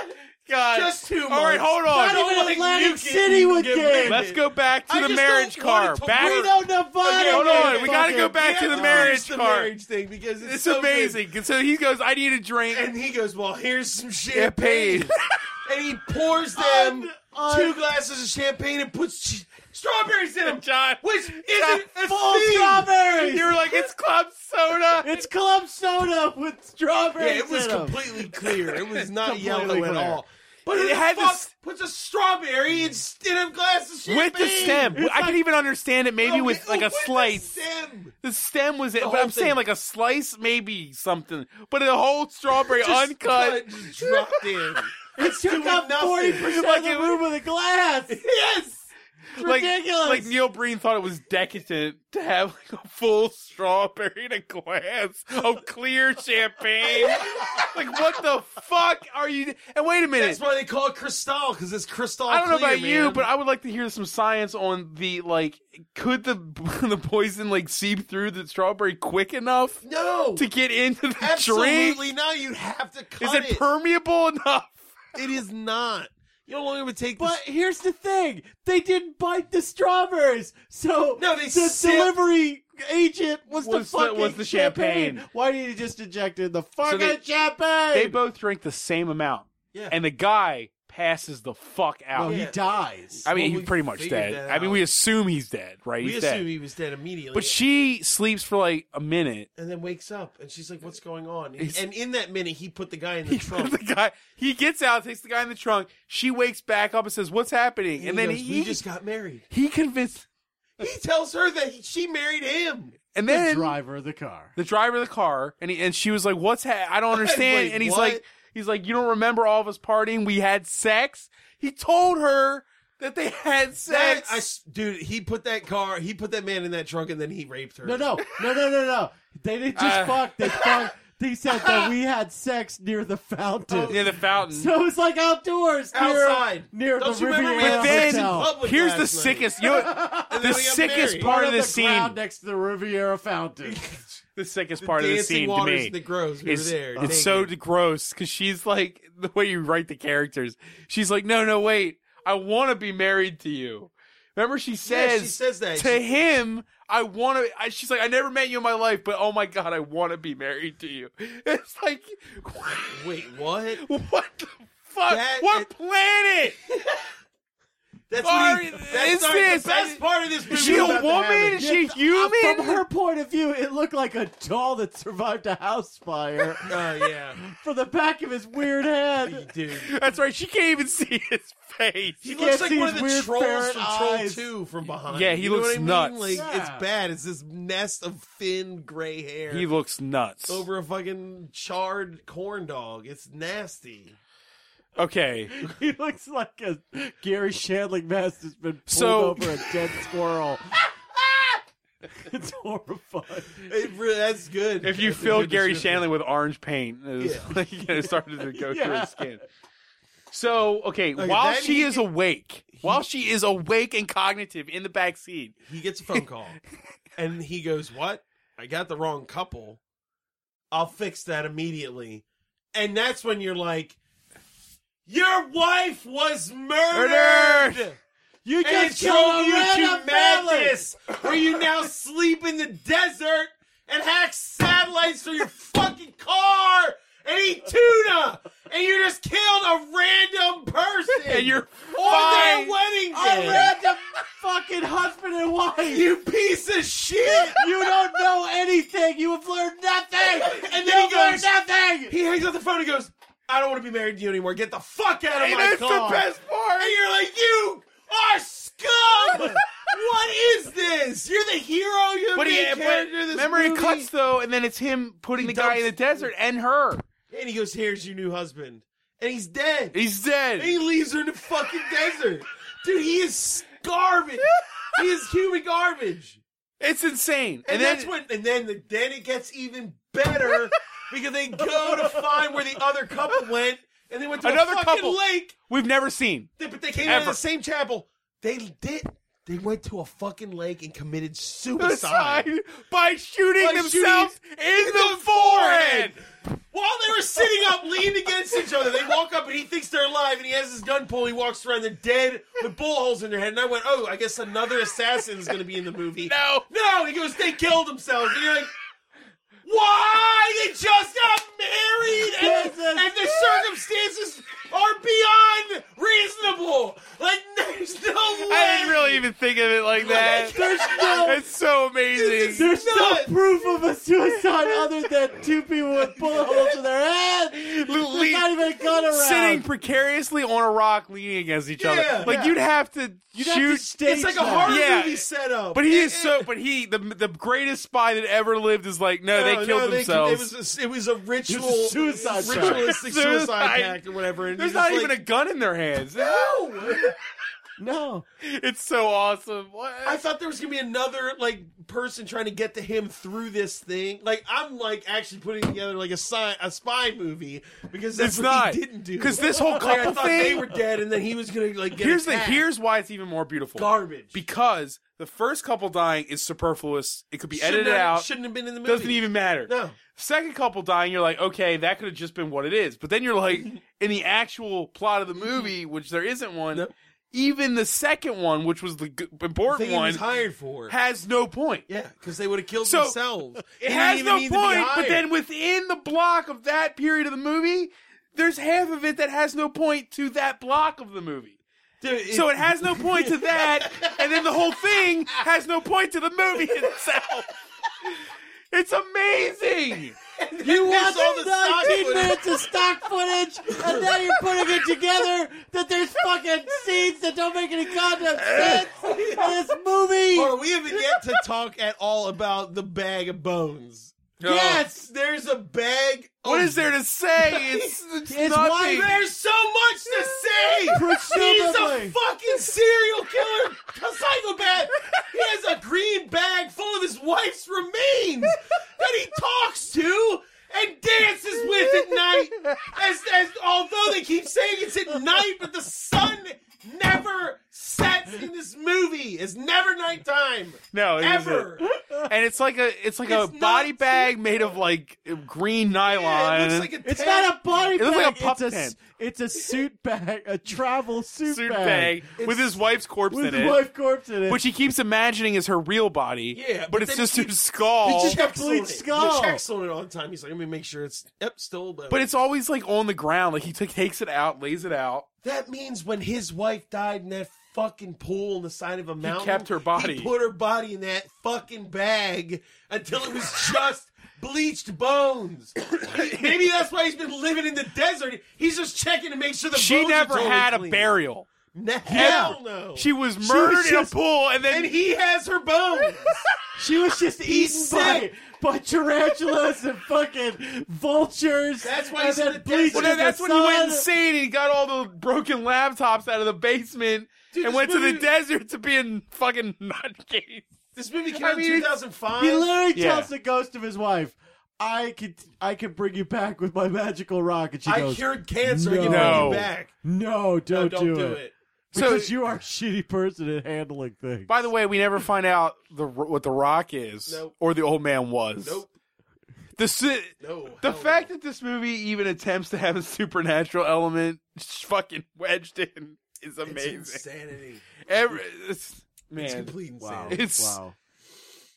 S3: God.
S9: Just two
S3: All right,
S9: months.
S3: hold on.
S2: Not even Atlantic City would gain.
S3: Let's go back to
S9: I
S3: the
S9: just
S3: marriage
S9: don't want
S3: car.
S9: it to
S3: Back.
S2: We don't divide.
S3: Okay, hold
S2: it.
S3: on. We gotta go back to the marriage
S9: the
S3: card.
S9: marriage thing because it's,
S3: It's
S9: so good.
S3: amazing. And So he goes, I need a drink.
S9: And he goes, "Well, here's some
S3: Get
S9: champagne,"
S3: paid.
S9: [LAUGHS] and he pours them
S2: Un- un-
S9: two glasses of champagne and puts ch- strawberries in them,
S3: John.
S9: which isn't a
S2: Full
S9: thing.
S2: strawberries.
S3: You're [LAUGHS] like, it's club soda.
S2: It's club soda with
S9: Yeah,
S2: strawberries.
S9: it was
S2: in 'em.
S9: completely clear. It was not
S2: Completely
S9: yellow
S2: clear.
S9: at all. But it
S3: It had
S9: had fuck
S3: this-
S9: puts a strawberry in, s- in a glass of champagne
S3: with the stem. I could even understand it maybe
S9: Oh,
S3: with
S9: yeah,
S3: like a
S9: the
S3: slice.
S9: stem.
S3: The stem was it,
S9: The
S3: but I'm
S9: whole
S3: saying
S9: thing.
S3: like a slice, maybe something. But a whole strawberry
S9: [LAUGHS] Just
S3: uncut.
S9: cut, just dropped in.
S2: It took
S9: doing
S2: up
S9: nothing.
S2: forty percent
S3: Like
S2: of the
S3: it-
S2: room with a glass.
S9: [LAUGHS] yes.
S3: Like,
S2: ridiculous.
S3: like Neil Breen thought it was decadent to have like a full strawberry in a glass of clear
S9: [LAUGHS]
S3: champagne. like what the fuck are you? And wait a minute,
S9: That's why they call it Cristal because it's Cristal.
S3: I don't know
S9: clear,
S3: about you,
S9: man.
S3: but I would like to hear some science on the like. Could the [LAUGHS] the poison like seep through the strawberry quick enough
S9: no.
S3: to get into the
S9: Absolutely
S3: drink?
S9: not. You have to cut
S3: Is it
S9: it.
S3: permeable enough?
S9: it is not. You don't want him to take
S2: But
S9: this.
S2: here's the thing: they didn't bite the strawberries, so
S9: No, they
S2: the
S9: sip-
S2: delivery agent was,
S3: Was
S2: the
S3: the-
S2: fucking
S3: was the
S2: champagne.
S3: champagne.
S2: Why did he just eject in the fucking
S3: they-
S2: champagne?
S3: They both drank the same amount,
S9: Yeah.
S3: and the guy passes the fuck out.
S2: No, he dies.
S3: I mean,
S9: Well, we
S3: he's pretty much
S9: figured
S3: dead.
S9: that
S3: I mean,
S9: out.
S3: we assume he's dead, right?
S9: We
S3: he's
S9: assume
S3: dead.
S9: he was dead immediately.
S3: but she sleeps for like a minute.
S9: and then wakes up and she's like, "What's going on?"
S3: He's-
S9: And in that minute, [LAUGHS] he put the guy in the trunk.
S3: the guy he gets out, takes the guy in the trunk. She wakes back up and says, "What's happening?" And,
S9: he
S3: then
S9: goes,
S3: he
S9: we just got married.
S3: he convinced,
S9: He tells her that he, she married him.
S3: and
S2: the
S3: then
S2: driver of the car.
S3: the driver of the car, and he, and she was like, "What's ha- I
S9: [LAUGHS]
S3: don't understand."
S9: Wait,
S3: and he's
S9: what?
S3: like, "He's like, you don't remember all of us partying? We had sex." He told her that they had
S9: That,
S3: sex.
S9: I s dude, he put that car, he put that man in that trunk, and then he raped her.
S2: No, no, no, no, no, no. They didn't just
S3: Uh.
S2: fuck. They fucked. They said
S3: [LAUGHS]
S2: that we had sex near the fountain.
S3: near the fountain.
S2: So it's like outdoors, near-
S9: Outside.
S2: near,
S9: Don't
S2: the
S9: you remember
S2: Riviera
S9: we
S3: but then
S2: Hotel.
S9: Public
S3: here's
S9: last
S3: the
S9: night.
S3: sickest. You know, what?
S9: [LAUGHS] And
S3: the
S9: then they got
S3: sickest
S9: married.
S3: part of
S2: on
S3: the
S2: the
S3: scene.
S2: ground next to the Riviera Fountain.
S3: The sickest part of the
S9: dancing
S3: scene to
S9: waters
S3: me.
S9: in the groves. We were
S3: It's,
S9: there.
S3: it's so
S9: naked.
S3: d- gross because she's like the way you write the characters. She's like, no, no, wait, I want to be married to you. Remember, she
S9: Yeah,
S3: says,
S9: she says that.
S3: to him, I want to. I, she's like, I never met you in my life, but oh my god, I want to be married to you. [LAUGHS] It's like,
S9: She- Wait, what?
S3: what the fuck?
S9: That-
S3: what
S9: it-
S3: planet?
S9: That's,
S3: Sorry,
S9: what he,
S3: it's
S9: that's not
S3: this.
S9: the best part of this movie.
S3: Is she a
S9: about to
S3: woman?
S9: happen.
S3: Is she
S2: Yes, uh,
S3: human?
S2: From her point of view, it looked like a doll that survived a house
S9: [LAUGHS]
S2: fire
S9: Oh yeah,
S2: from the back of his weird head.
S9: dude.
S3: That's right. She can't even [LAUGHS] see his face.
S9: He
S2: can't
S9: looks like
S2: see
S9: one
S2: his
S9: of the
S2: weird
S9: trolls
S2: ferret
S9: from
S2: eyes.
S9: Troll 2 from behind.
S3: Yeah, he
S9: You know
S3: looks
S9: what I mean?
S3: nuts.
S9: Like
S2: Yeah.
S9: it's bad. It's this nest of thin gray hair
S3: He looks nuts.
S9: over a fucking charred corn dog. It's nasty.
S3: Okay.
S2: [LAUGHS] He looks like a Gary Shandling mask that's been pulled
S3: So-
S2: over a dead
S9: [LAUGHS]
S2: squirrel. it's horrifying.
S9: It re- that's good.
S3: if
S9: [LAUGHS]
S3: you
S9: That's a
S3: fill
S9: good
S3: Gary
S9: description.
S3: Shanley with orange paint, it was
S9: Yeah.
S3: like, you know, it started to go through
S2: Yeah.
S3: his skin. So, okay,
S9: Okay,
S3: while
S9: then
S3: she
S9: he-
S3: is awake, while she is awake and cognitive in the back seat,
S9: he gets a phone call, and he goes, "What? I got the wrong couple. I'll fix that immediately." And that's when you're like, "Your wife was murdered."
S3: Murdered!
S2: You
S9: and it
S2: just
S9: drove
S2: killed
S9: you
S2: a
S9: to
S2: random
S9: madness, where you now sleep in the desert and hack satellites through your fucking car and eat tuna, and you just killed a random person,
S3: and you're
S9: on their
S3: fine.
S9: wedding
S2: A
S9: day.
S2: random fucking husband and wife. You,
S9: You piece of shit!
S2: don't know anything. You have learned nothing.
S9: And then
S2: you
S9: he
S2: learned
S9: goes-
S2: nothing.
S9: He hangs up the phone and goes, "I don't want to be married to you anymore. Get the fuck out of
S3: And
S9: my
S3: that's
S9: car."
S3: the best part.
S9: And you're like, "You
S3: [LAUGHS]
S9: are scum." What is this? You're the hero. You're the
S3: But he,
S9: main
S3: but
S9: character. of this
S3: remember, it
S9: movie.
S3: cuts though, and then it's him putting
S9: He
S3: the guy in the
S9: dumps-
S3: desert and her.
S9: And he goes, Here's your new husband. And he's dead.
S3: He's
S9: and he
S3: dead.
S9: leaves her in
S3: [LAUGHS]
S9: the fucking desert. Dude, he is garbage. he is human garbage.
S3: It's insane.
S9: And, that's when and then the, then it gets even better because they go to find where the other couple went. And they went to
S3: Another
S9: a fucking
S3: couple.
S9: lake.
S3: we've never seen.
S9: They- but they came out of
S3: Ever.
S9: the same chapel. They did they went to a fucking lake and committed
S3: Suicide
S9: suicide.
S3: by shooting
S9: By
S3: themselves in, the, forehead.
S9: While they were sitting up, leaned against each other, they walk up and he thinks they're alive and he has his gun pulled. He walks around, they're dead with bullet holes in their head. And I went, oh, I guess another assassin is going to be in the movie.
S3: No.
S9: No, he goes, they killed themselves. And you're like, why? They just got married and,
S2: Jesus.
S9: and the circumstances are beyond reasonable. Like, there's no way.
S3: I didn't really even think of it like that.
S2: There's
S9: [LAUGHS]
S2: no.
S3: It's so amazing.
S2: There's
S9: nuts.
S2: no proof of a suicide other than two people with bullet holes in their head.
S3: Little
S2: There's not even a gun around.
S3: sitting precariously on a rock, leaning against each
S9: Yeah.
S3: other. Like
S9: Yeah.
S3: you'd have to
S2: You'd have to
S3: shoot.
S2: stage
S9: It's like a
S2: that.
S9: horror
S3: Yeah.
S9: movie setup.
S3: but he
S9: It-
S3: is so. But he, the the greatest spy that ever lived, is like, no,
S9: No,
S3: they killed
S9: no,
S3: themselves.
S9: it, was a, it was a ritual,
S2: suicide pact.
S9: ritualistic suicide
S3: [LAUGHS] Suicide.
S9: pact or whatever. And
S3: There's not even a gun in their hands.
S9: no.
S2: No.
S3: [LAUGHS] It's so awesome. What?
S9: I thought there was gonna be another like person trying to get to him through this thing. Like I'm like actually putting together like a spy, a spy movie because
S3: it's
S9: that's what
S3: not
S9: he didn't do.
S3: because this whole
S9: like, I
S3: couple
S9: thought
S3: thing.
S9: they were dead, and then he was gonna like get
S3: here's the
S9: attacked.
S3: here's why it's even more beautiful.
S9: garbage.
S3: Because the first couple dying is superfluous. It could be
S9: Shouldn't
S3: edited
S9: have-
S3: out.
S9: Shouldn't have been in the movie.
S3: Doesn't even matter.
S9: No.
S3: Second couple dying, you're like, okay, that could have just been what it is. But then you're
S9: [LAUGHS]
S3: like, in the actual plot of the movie, which there isn't one,
S9: No.
S3: even the second one, which was the g-
S9: The thing
S3: important
S9: he
S3: one,
S9: was hired for.
S3: has no point.
S9: yeah, because they would have killed
S3: So,
S9: themselves. He
S3: It
S9: didn't
S3: has
S9: even
S3: no
S9: need to be
S3: point, but
S9: hired.
S3: then within the block of that period of the movie, there's half of it that has no point to that block of the movie.
S9: Dude, it-
S3: So it has no point to that, and then the whole thing has no point to the movie [LAUGHS] itself. It's amazing.
S9: you watch
S2: That's
S9: all the stock
S2: 19
S9: footage.
S3: [LAUGHS]
S2: minutes of stock footage, and now you're putting it together that there's fucking scenes that don't make any goddamn sense in this
S9: [LAUGHS]
S2: movie.
S9: Or we haven't yet to talk at all about the bag of bones. Yes, there's a bag.
S3: What
S9: of-
S3: is there to say?
S9: [LAUGHS]
S3: It's, it's,
S2: It's
S3: nothing.
S2: why-
S9: There's so much to say. He's a
S2: Presumably.
S9: fucking serial killer, a psychopath. He has a green bag full of his wife's remains that he talks to and dances with at night. As, as although they keep saying it's at night, but the sun never sets in this movie. It's never nighttime.
S3: No, it isn't.
S9: Ever.
S3: And it's like a it's like
S9: It's
S3: a
S9: not-
S3: body bag made of like green nylon.
S9: Yeah, it looks like a
S2: It's
S9: tent.
S2: not a body
S3: It looks like
S2: bag.
S3: a pup
S2: it's,
S3: tent.
S2: it's a suit bag, a travel
S3: [LAUGHS]
S2: suit,
S3: suit bag with his wife's corpse
S2: with
S3: in
S2: his
S3: it,
S2: wife corpse in it.
S3: which he keeps imagining is her real body.
S9: Yeah,
S3: but,
S9: but
S3: it's
S9: then
S3: just
S9: he-
S3: her skull.
S9: He checks Oh, on
S2: complete
S9: it.
S2: skull.
S9: He checks on it all the time. He's like, let me make sure it's yep, still alive.
S3: but it's always like on the ground. Like he t- takes it out, lays it out.
S9: that means when his wife died in that fucking pool on the side of a mountain,
S3: kept her body.
S9: He put her body in that fucking bag until it was just [LAUGHS]
S3: [COUGHS]
S9: bleached bones. Maybe that's why he's been living in the desert. He's just checking to make sure the
S3: She
S9: bones
S3: never
S9: are totally
S3: had a
S9: clean.
S3: burial.
S9: Ne- Hell no.
S3: She was murdered in a
S2: just-
S3: pool, and then
S9: and he has
S3: [LAUGHS]
S9: her bones.
S2: she was just eaten by,
S9: sick.
S2: by tarantulas and fucking vultures.
S9: That's why
S2: and
S9: he's in
S2: then
S9: the desert.
S2: bleached
S3: Well,
S9: Well,
S3: no,
S2: in the
S3: that's when he went
S2: sun.
S3: insane and he got all the broken laptops out of the basement
S9: Dude,
S3: and
S9: this
S3: went to the
S9: movie-
S3: desert to be in fucking [LAUGHS] nutcase.
S9: this movie came out
S3: I mean,
S9: in
S3: it's-
S9: 2005.
S2: He literally
S3: Yeah.
S2: tells the ghost of his wife, "I could, I could bring you back with my magical rock." And she
S9: I
S2: goes,
S9: cured cancer. I
S3: No.
S9: can bring you back.
S2: "No,
S9: No,
S2: don't,
S9: don't do it.
S3: So-
S2: because you are a shitty person at handling things."
S3: By the way, we never find out the what the rock is
S9: Nope.
S3: or the old man was.
S9: Nope.
S3: The si-
S9: No.
S3: the
S9: hell
S3: fact
S9: no.
S3: that this movie even attempts to have a supernatural element fucking wedged in is
S9: it's
S3: amazing.
S9: insanity.
S3: Every, it's,
S9: It's
S3: man,
S9: complete
S2: wow,
S9: insanity.
S3: It's-
S2: wow.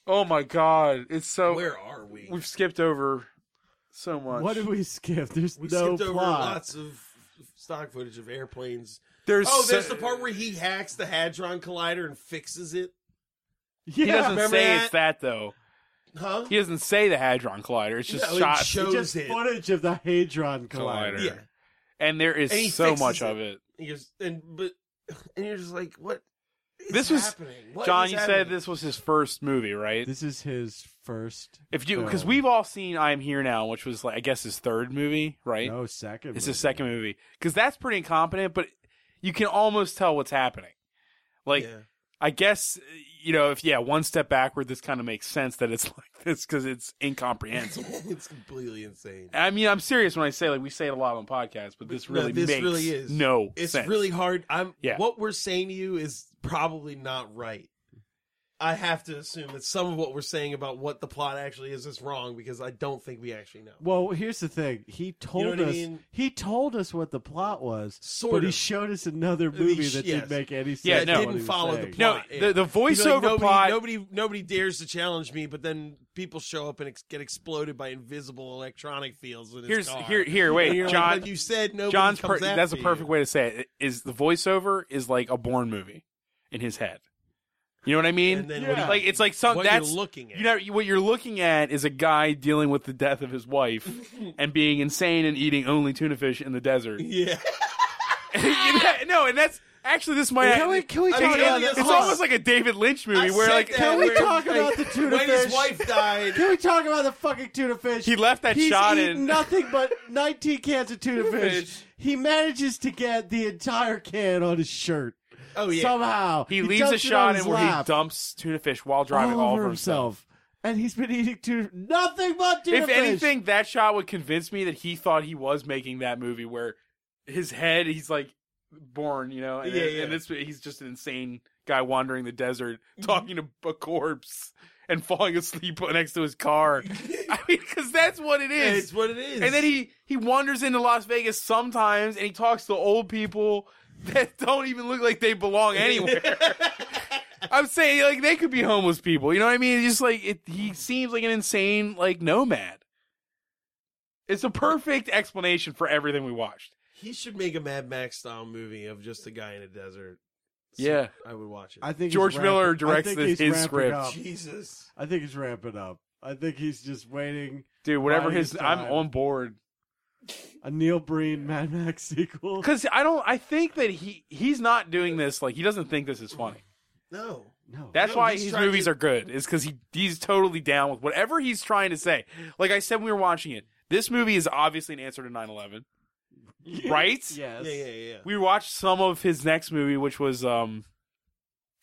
S3: oh my god, it's so
S9: Where are we?
S3: we've skipped over so much.
S2: What did we skip? There's
S9: We
S2: no
S9: skipped over
S2: plot.
S9: lots of stock footage of airplanes.
S3: there's
S9: Oh, there's
S3: so-
S9: the part where he hacks the hadron collider and fixes it.
S2: [LAUGHS] yeah,
S3: he doesn't
S9: remember
S3: say it's that though.
S9: Huh?
S3: He doesn't say the hadron collider. It's just
S9: No, it
S3: shots.
S9: shows
S2: just
S9: it.
S2: footage of the hadron collider.
S3: Collider.
S9: Yeah.
S3: and there is
S9: And he
S3: so
S9: fixes
S3: much
S9: it.
S3: of it.
S9: He goes and but and you're just like, what? Is
S3: This was-
S9: happening? What
S3: John,
S9: is
S3: you
S9: happening?
S3: said this was his first movie, right?
S2: This is his first.
S3: if you because
S9: um,
S2: film.
S3: we've all seen I Am Here Now, which was like I guess his third movie, right?
S2: no second.
S3: it's
S2: movie.
S3: his second movie because that's pretty incompetent, but you can almost tell what's happening. Like
S9: Yeah. [LAUGHS]
S3: I guess you know if yeah one step backward, this kind of makes sense that it's [LAUGHS] like this because it's incomprehensible.
S9: it's completely insane.
S3: I mean, I'm serious when I say like we say it a lot on podcasts, but this
S9: No,
S3: really
S9: this
S3: makes
S9: really is
S3: no
S9: It's
S3: sense.
S9: really hard. I'm
S3: Yeah.
S9: what we're saying to you is probably not right. I have to assume that some of what we're saying about what the plot actually is is wrong because I don't think we actually know.
S2: Well, here's the thing. He told
S9: what I
S2: us
S9: mean?
S2: he told us what the plot was,
S9: Sort
S2: but he
S9: of.
S2: showed us another
S9: he
S2: movie
S9: sh-
S2: that
S9: yes.
S2: didn't make any sense.
S3: Yeah,
S9: That
S3: no.
S2: what he
S9: didn't
S2: was
S9: follow
S2: saying.
S9: the
S3: No,
S9: plot.
S3: the- the
S9: He's
S3: voiceover
S9: nobody,
S3: plot-
S9: Nobody, nobody dares to challenge me, but then people show up and ex- get exploded by invisible electronic fields. In his
S3: Here's
S9: car.
S3: here here
S9: And
S3: wait,
S9: you're
S3: John.
S9: Like, but you said nobody.
S3: John's per-
S9: comes after
S3: that's a perfect
S9: you.
S3: way to say it. Is the voiceover is like a born movie in his head. You know what I mean?
S9: And then
S2: Yeah.
S9: what he-
S3: like it's like some
S9: what
S3: that's
S9: you're looking at.
S3: you know what you're looking at is a guy dealing with the death of his
S2: [LAUGHS]
S3: wife and being insane and eating only tuna fish in the desert. [LAUGHS]
S9: [LAUGHS] yeah.
S3: You
S2: [LAUGHS]
S3: know- no, and that's actually this might
S2: Can we can we
S9: I
S2: talk
S9: mean,
S2: about
S9: it's
S3: [LAUGHS]
S2: this?
S3: it's
S9: Hold on.
S3: almost like a David Lynch movie
S9: I
S3: where
S9: said
S3: like
S9: that
S2: Can we
S9: where,
S2: talk
S9: like,
S2: about the tuna
S9: when
S2: fish?
S9: his wife
S3: [LAUGHS]
S9: died.
S2: Can we talk about the fucking tuna fish?
S3: He left that
S2: He's
S3: shot
S2: eaten
S3: in.
S2: nothing but
S3: [LAUGHS]
S2: 19 cans of tuna fish.
S3: fish.
S2: He manages to get the entire can on his shirt
S9: Oh yeah.
S2: somehow.
S3: he leaves a
S2: dumps it on
S3: shot
S2: his
S3: in where
S2: lap,
S3: he dumps tuna fish while
S2: all
S3: driving
S2: over
S3: all for himself.
S2: himself. And he's been eating tuna, nothing but tuna
S3: if
S2: fish.
S3: anything, that shot would convince me that he thought he was making that movie where his head, he's like born, you know, and,
S9: Yeah, yeah.
S3: and
S9: Mm-hmm.
S3: this he's just an insane guy wandering the desert talking to a corpse and falling asleep [LAUGHS] next to his
S9: [LAUGHS]
S3: car. I mean, because that's what it is.
S9: It's what it is.
S3: and then he he wanders into Las Vegas sometimes, and he talks to old people that [LAUGHS] don't even look like they belong anywhere. I'm saying like they could be homeless people. You know what I mean? It's just like it, he seems like an insane like nomad. It's a perfect explanation for everything we watched.
S9: He should make a Mad Max style movie of just a guy in a desert.
S3: Yeah.
S9: I would watch [LAUGHS] it.
S2: I think he's
S3: George Miller
S2: ramping- I
S3: directs
S2: think
S3: this-
S2: he's
S3: his
S2: ramping
S3: script.
S2: up.
S9: Jesus.
S2: I think he's ramping up. I think he's just waiting
S3: Dude, whatever
S2: Biding
S3: his
S2: his
S3: I'm
S2: time.
S3: on board.
S2: a Neil Breen Mad Max sequel.
S3: Cuz I don't I think that he he's not doing this like he doesn't think this is funny.
S9: No.
S2: No,
S3: That's
S9: No,
S3: why
S9: he's
S3: his
S9: trying
S3: movies
S9: to-
S3: are good. Is cuz he he's totally down with whatever he's trying to say. Like I said when we were watching it, this movie is obviously an answer to 9/11. Right?
S2: [LAUGHS] yes,
S9: Yeah, yeah, yeah.
S3: we watched some of his next movie, which was um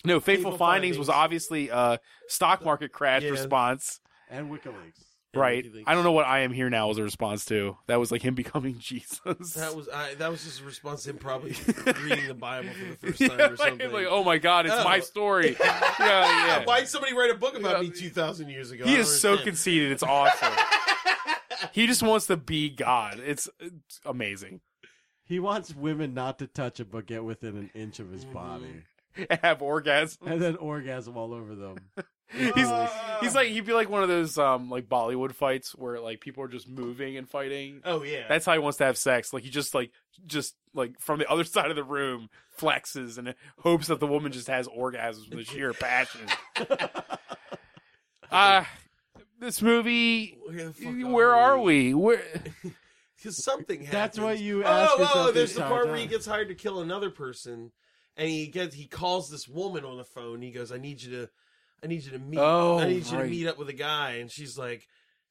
S3: no Fateful,
S9: Fateful
S3: Findings, was
S9: Findings.
S3: obviously a stock market crash
S9: Yeah.
S3: response,
S2: and WikiLeaks.
S3: right?
S9: WikiLeaks.
S3: I don't know what I am here now was a response to. That was like him [LAUGHS] becoming Jesus.
S9: That was I, that was just a response to
S3: [LAUGHS]
S9: him probably reading the Bible for the first
S3: yeah,
S9: time or
S3: like,
S9: something.
S3: like, oh my God, it's
S9: Oh.
S3: my
S9: [LAUGHS]
S3: story. yeah, yeah.
S9: Why'd somebody write a book about me 2,000 years ago? I
S3: He
S9: don't
S3: is so
S9: [LAUGHS] understand.
S3: conceited. It's awesome. he just wants to be God. It's, it's amazing.
S2: He wants women not to touch him, but get within an inch of his body,
S3: Mm-hmm. [LAUGHS] Have orgasm.
S9: [LAUGHS]
S2: and then orgasm all
S3: [LAUGHS]
S2: over them.
S3: he's
S9: Oh.
S3: he's like he'd be like one of those um like Bollywood fights where like people are just moving and fighting.
S9: Oh, yeah.
S3: That's how he wants to have sex. Like he just like just like from the other [LAUGHS] side of the room flexes and hopes that the woman just has orgasms from the sheer
S9: [LAUGHS]
S3: passion. [LAUGHS] uh this movie
S9: where, the fuck
S3: where are we? Where
S9: Because something happened.
S2: That's why you
S9: Oh,
S2: asked
S9: oh,
S2: yourself
S9: there's
S2: each
S9: the
S2: time,
S9: part where
S2: huh?
S9: he gets hired to kill another person, and he gets he calls this woman on the phone. He goes, "I need you to, I need you to meet.
S3: Oh,
S9: I need you to
S3: right.
S9: meet up with a guy." And she's like,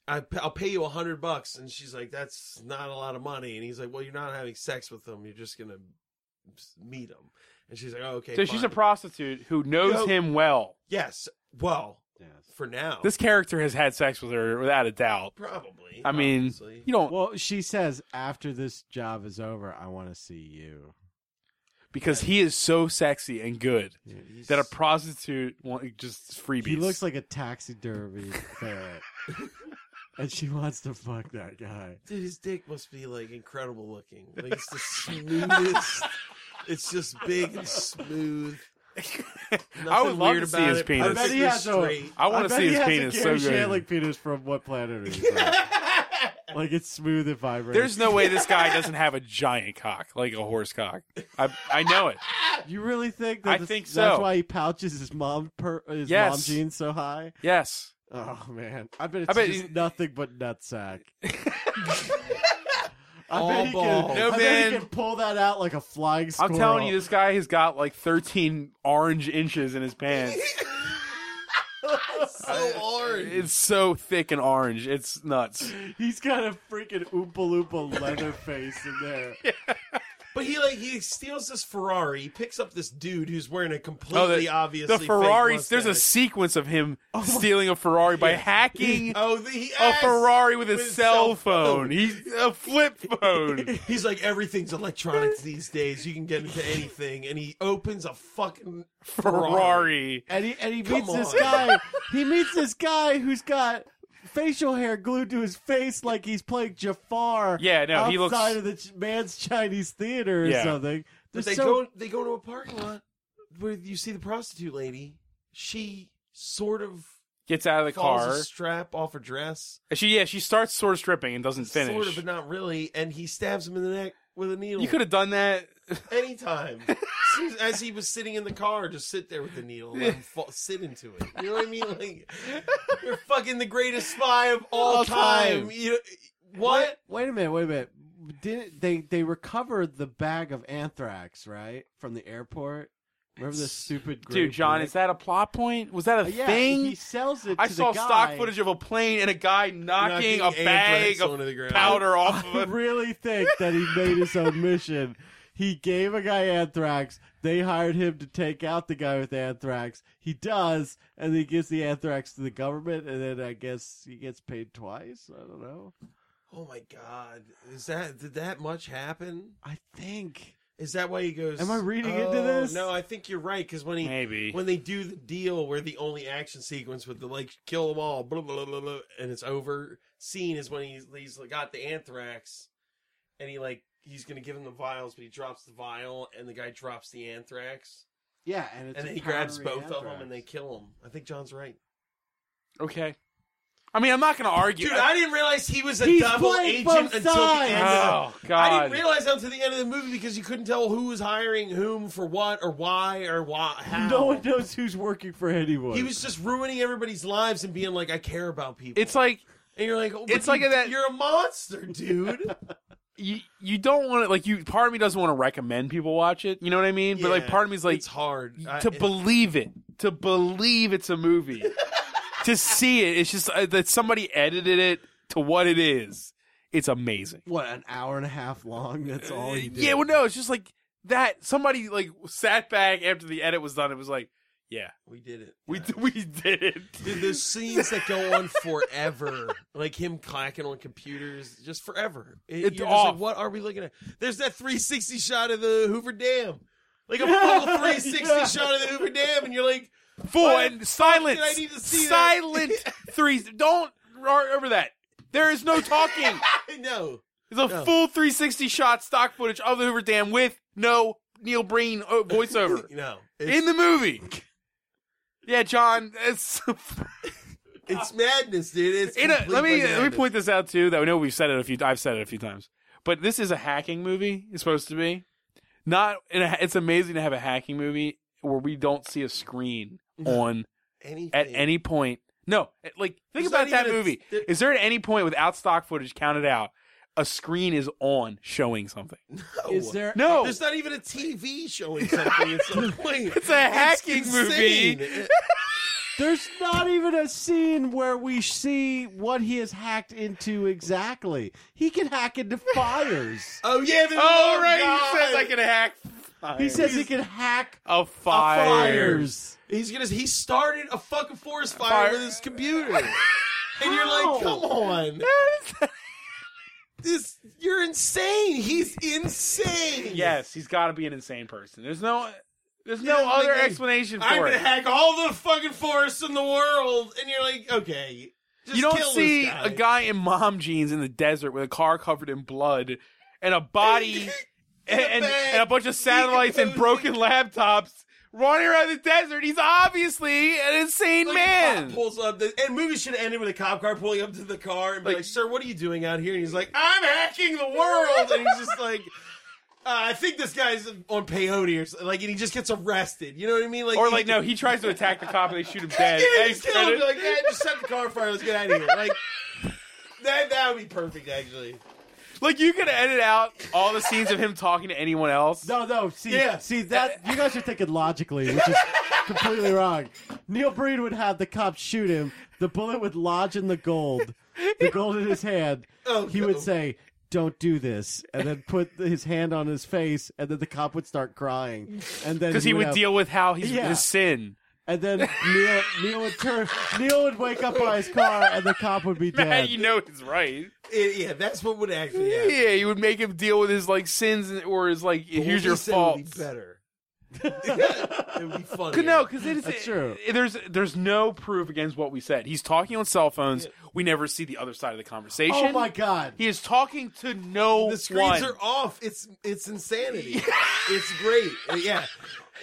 S9: I, "I'll pay you a hundred bucks," and she's like, "That's not a lot of money." And he's like, "Well, you're not having sex with him. You're just gonna s- meet him." And she's like, "Oh, okay."
S3: So she's
S9: fine."
S3: a prostitute who knows
S9: Yo.
S3: him well.
S9: yes. Well,
S2: Yes.
S9: for now,
S3: This character has had sex with her without a doubt.
S9: probably.
S3: I mean,
S9: obviously.
S3: you don't
S2: Well, she says after this job is over, I want to see you.
S3: because he is so sexy and good
S9: He's-
S3: that a prostitute want, just freebies.
S2: He looks like a taxidermy
S3: [LAUGHS]
S2: ferret, and she wants to fuck that guy.
S9: Dude, his dick must be like incredible looking. Like it's the
S3: [LAUGHS]
S9: smoothest. it's just big and smooth.
S3: I would
S9: Nothing
S3: love
S9: weird
S3: to see
S9: about
S3: his
S9: it.
S3: penis.
S2: I bet he has a-
S9: Straight.
S3: I want to
S2: bet
S3: see
S2: he
S3: his
S2: has a
S3: penis so
S2: Gary
S3: good.
S2: Shanling penis from what planet are you
S3: [LAUGHS]
S2: on? like it's smooth and vibrant.
S3: There's no way this
S9: [LAUGHS]
S3: guy doesn't have a giant cock, like a horse cock. I I know it.
S2: You really think that
S3: I
S2: this-
S3: think
S2: that's
S3: so.
S2: why he pouches his mom per, his
S3: Yes.
S2: mom jeans so high?
S3: Yes.
S2: Oh man, I bet it's
S3: I bet
S2: just
S3: he-
S2: nothing but
S3: [LAUGHS]
S2: nutsack. [LAUGHS] I
S9: All
S2: bet he
S9: balls.
S2: can,
S3: No,
S2: I bet he
S3: man.
S2: can pull that out like a flying
S3: I'm
S2: squirrel.
S3: telling you, this guy has got like 13 orange inches in his
S9: [LAUGHS]
S3: pants.
S9: so orange.
S3: it's so thick and orange. It's nuts.
S2: he's got a freaking oompa loompa leather face in
S3: [LAUGHS]
S2: there.
S9: But he like he steals this Ferrari, he picks up this dude who's wearing a completely
S3: Oh, the,
S9: obviously
S3: the Ferrari.
S9: fake
S3: There's a
S9: mustache.
S3: sequence of
S9: [LAUGHS]
S3: him stealing a Ferrari by hacking
S9: oh the, he
S3: a
S9: asked-
S3: Ferrari with his
S9: with his
S3: cell
S9: cell phone.
S3: phone. He's a
S9: [LAUGHS]
S3: flip phone.
S9: He's like everything's electronics these days. You can get into anything, and he opens a fucking
S3: Ferrari.
S2: And he and he
S9: Come
S2: meets this
S9: on.
S2: [LAUGHS] guy. He meets this guy who's got facial hair glued to his face like he's playing Jafar.
S3: Yeah, no,
S2: outside
S3: he looks-
S2: of the ch- man's Chinese theater or
S3: Yeah.
S2: something. They're
S9: But they
S2: so-
S9: go they go to a parking lot where you see the prostitute lady. She sort of
S3: Gets out of the
S9: falls
S3: car.
S9: a strap off her dress,
S3: She yeah, she starts sword stripping and doesn't finish.
S9: sort of, but not really, and he stabs him in the neck with a needle.
S3: you could have done that. [LAUGHS]
S9: anytime Soon as- as he was sitting in the car, just sit there with the needle and let him fall, sit into it. You know what I mean? Like you're fucking the greatest spy of all,
S3: All
S9: time.
S3: time.
S9: You what?
S2: Wait, wait a minute. Wait a minute. Didn't they they recovered the bag of anthrax right from the airport? Remember the stupid gray
S3: Dude, John,
S2: brick?
S3: is that a plot point? Was
S9: Uh,
S3: that a
S2: yeah,
S3: thing?
S2: He sells it. To
S3: I saw
S2: the guy.
S3: stock footage of a plane and a guy knocking,
S9: Knocking
S3: a bag
S9: anthrax
S3: of
S9: onto the
S3: [LAUGHS]
S9: ground.
S3: powder off
S9: [LAUGHS]
S2: I
S3: of a
S2: really think that he made
S3: [LAUGHS]
S2: his own mission. He gave a guy anthrax. They hired him to take out the guy with anthrax. He does, and he gives the anthrax to the government, and then I guess he gets paid twice. I don't know.
S9: Oh my god! Is that did that much happen?
S2: I think.
S9: Is that why he goes?
S2: Am I reading
S9: oh,
S2: into this?
S9: No, I think you're right because when he
S3: Maybe.
S9: when they do the deal where the only action sequence with the like kill them all, blah blah blah blah, and it's over scene is when he's he's got the anthrax, and he like he's gonna give him the vials, but he drops the vial, and the guy drops the anthrax,
S2: Yeah, and it's
S9: and
S2: a
S9: then he grabs
S2: powdery
S9: both of them,
S2: anthrax.
S9: and they kill him. I think John's right.
S3: Okay. I mean, I'm not going to argue.
S9: Dude, I didn't realize he was a
S2: He's
S9: double
S2: playing
S9: agent
S2: both
S9: until
S2: sides.
S9: the end. Of,
S3: oh God!
S9: I didn't realize that until the end of the movie because you couldn't tell who was hiring whom for what or why or why how.
S2: No one knows who's working for anyone.
S9: He was just ruining everybody's lives and being like, "I care about people."
S3: It's like
S9: and you're like, oh, but
S3: it's like
S9: you-
S3: that-
S9: You're a monster, dude.
S3: you you don't want to like you. Part of me doesn't want to recommend people watch it. You know what I mean? [LAUGHS] but like,
S9: Yeah,
S3: part of me's like
S9: it's hard I-
S3: to
S9: it-
S3: believe it, to believe it's a
S9: [LAUGHS]
S3: movie, to see it. It's just uh, that somebody edited it to what it is. It's amazing.
S2: what an hour and a half long. That's all he did.
S3: Yeah, well, no, it's just like that. Somebody like sat back after the edit was done. It was like, yeah,
S9: we did it.
S3: we we did it.
S9: Dude, those scenes that go on forever, like him clacking on computers, just forever. It,
S3: It's
S9: you're just like,
S3: off.
S9: what are we looking at? There's that 360 shot of the Hoover Dam, like a full 360
S2: yeah.
S9: shot of the Hoover Dam, and you're like,
S3: Full
S9: Why the
S3: and silence.
S9: fuck did I need to see that? [LAUGHS]
S3: silent threes. Don't roar over that. There is no talking.
S9: I know.
S3: It's a
S9: No.
S3: full 360 shot stock footage of the Hoover Dam with no Neil Breen uh, voiceover
S9: [LAUGHS] No,
S3: in the movie. Yeah, John. It's
S9: it's madness, dude. It's
S3: in a,
S9: complete
S3: let me
S9: fucking
S3: let me
S9: madness.
S3: point this out too. That we know we've said it a few. I've said it a few times, but this is a hacking movie. It's supposed to be not. and it- It's amazing to have a hacking movie where we don't see a
S9: [LAUGHS]
S3: screen on
S9: Anything.
S3: at any point. No, at- like think
S9: There's
S3: about
S9: not
S3: that
S9: even a-
S3: movie.
S9: there-
S3: Is there at any point without stock footage counted out, a screen is on showing something?
S9: No.
S2: Is there?
S3: No,
S9: There's not even a TV showing something
S3: [LAUGHS]
S9: at some point.
S3: It's a hacking movie.
S9: insane.
S2: There's not even a scene where we see what he has hacked into exactly. He can hack into fires.
S9: Oh yeah, the
S3: Oh
S9: oh
S3: right,
S9: God.
S3: he says [LAUGHS] I can hack
S2: he says he can hack
S3: a fire.
S2: fires.
S9: He's gonna. He started a fucking forest fire,
S3: Fire.
S9: with his computer, and you're like, come on, this you're insane. He's insane.
S3: [LAUGHS] Yes, he's got to be an insane person. There's no, there's no
S9: Yeah, like,
S3: other
S9: hey,
S3: explanation for
S9: I'm gonna
S3: it.
S9: hack all the fucking forests in the world, and you're like, okay, just
S3: you don't
S9: kill
S3: see
S9: this guy.
S3: a guy in mom jeans in the desert with a car covered in blood and a
S9: [LAUGHS]
S3: body and, and,
S9: bag,
S3: and a
S9: [LAUGHS]
S3: bunch of satellites and broken
S9: decomposing.
S3: laptops running around the desert. He's obviously an insane
S9: Like, a
S3: man.
S9: cop pulls up, the, and movies should have ended with a cop car pulling up to the car and be
S3: Like-
S9: like, "Sir, what are you doing out here?" And he's like, "I'm hacking the world," and he's just like. Uh, I think this guy's on peyote or something. Like, and he just gets arrested. You know what I mean? Like,
S3: Or
S9: he-
S3: like, no, he tries to attack the cop and they
S9: [LAUGHS]
S3: shoot him dead.
S9: yeah,
S3: End
S9: just kill him.
S3: credit.
S9: Be like, yeah, just set the car on fire. Let's get out of here. Like, that that would be perfect, actually.
S3: Like, you could edit out all the scenes of him talking to anyone else.
S2: No, no. See,
S9: Yeah.
S2: see that you guys are thinking logically, which is completely wrong. Neil Breen would have the cop shoot him. The bullet would lodge in the gold, the gold in his hand.
S9: [LAUGHS] Oh,
S2: he
S9: no.
S2: would say, "Don't do this," and then put his hand on his face, and then the cop would start crying, and then
S3: Because he would
S2: have-
S3: deal with how he's
S2: Yeah.
S3: his
S9: [LAUGHS]
S3: sin.
S2: And then Neil, Neil would turn. Neil would wake up by his car, and the cop would be
S3: Hey,
S2: dead. Oh
S3: you know he's right.
S9: It- yeah, that's what would actually happen.
S3: Yeah, you would make him deal with his like sins and- or his like
S9: But
S3: here's
S9: what
S3: your
S9: he said
S3: fault.
S9: Would be
S3: [LAUGHS]
S9: better. it would be funny.
S3: No, because it is
S2: That's true.
S3: it- There's there's no proof against what we said. He's talking on cell phones. We never see the other side of the conversation.
S2: oh my god!
S3: He is talking to no
S9: the screens
S3: one.
S9: are off. It's it's insanity. it's great. Uh, Yeah,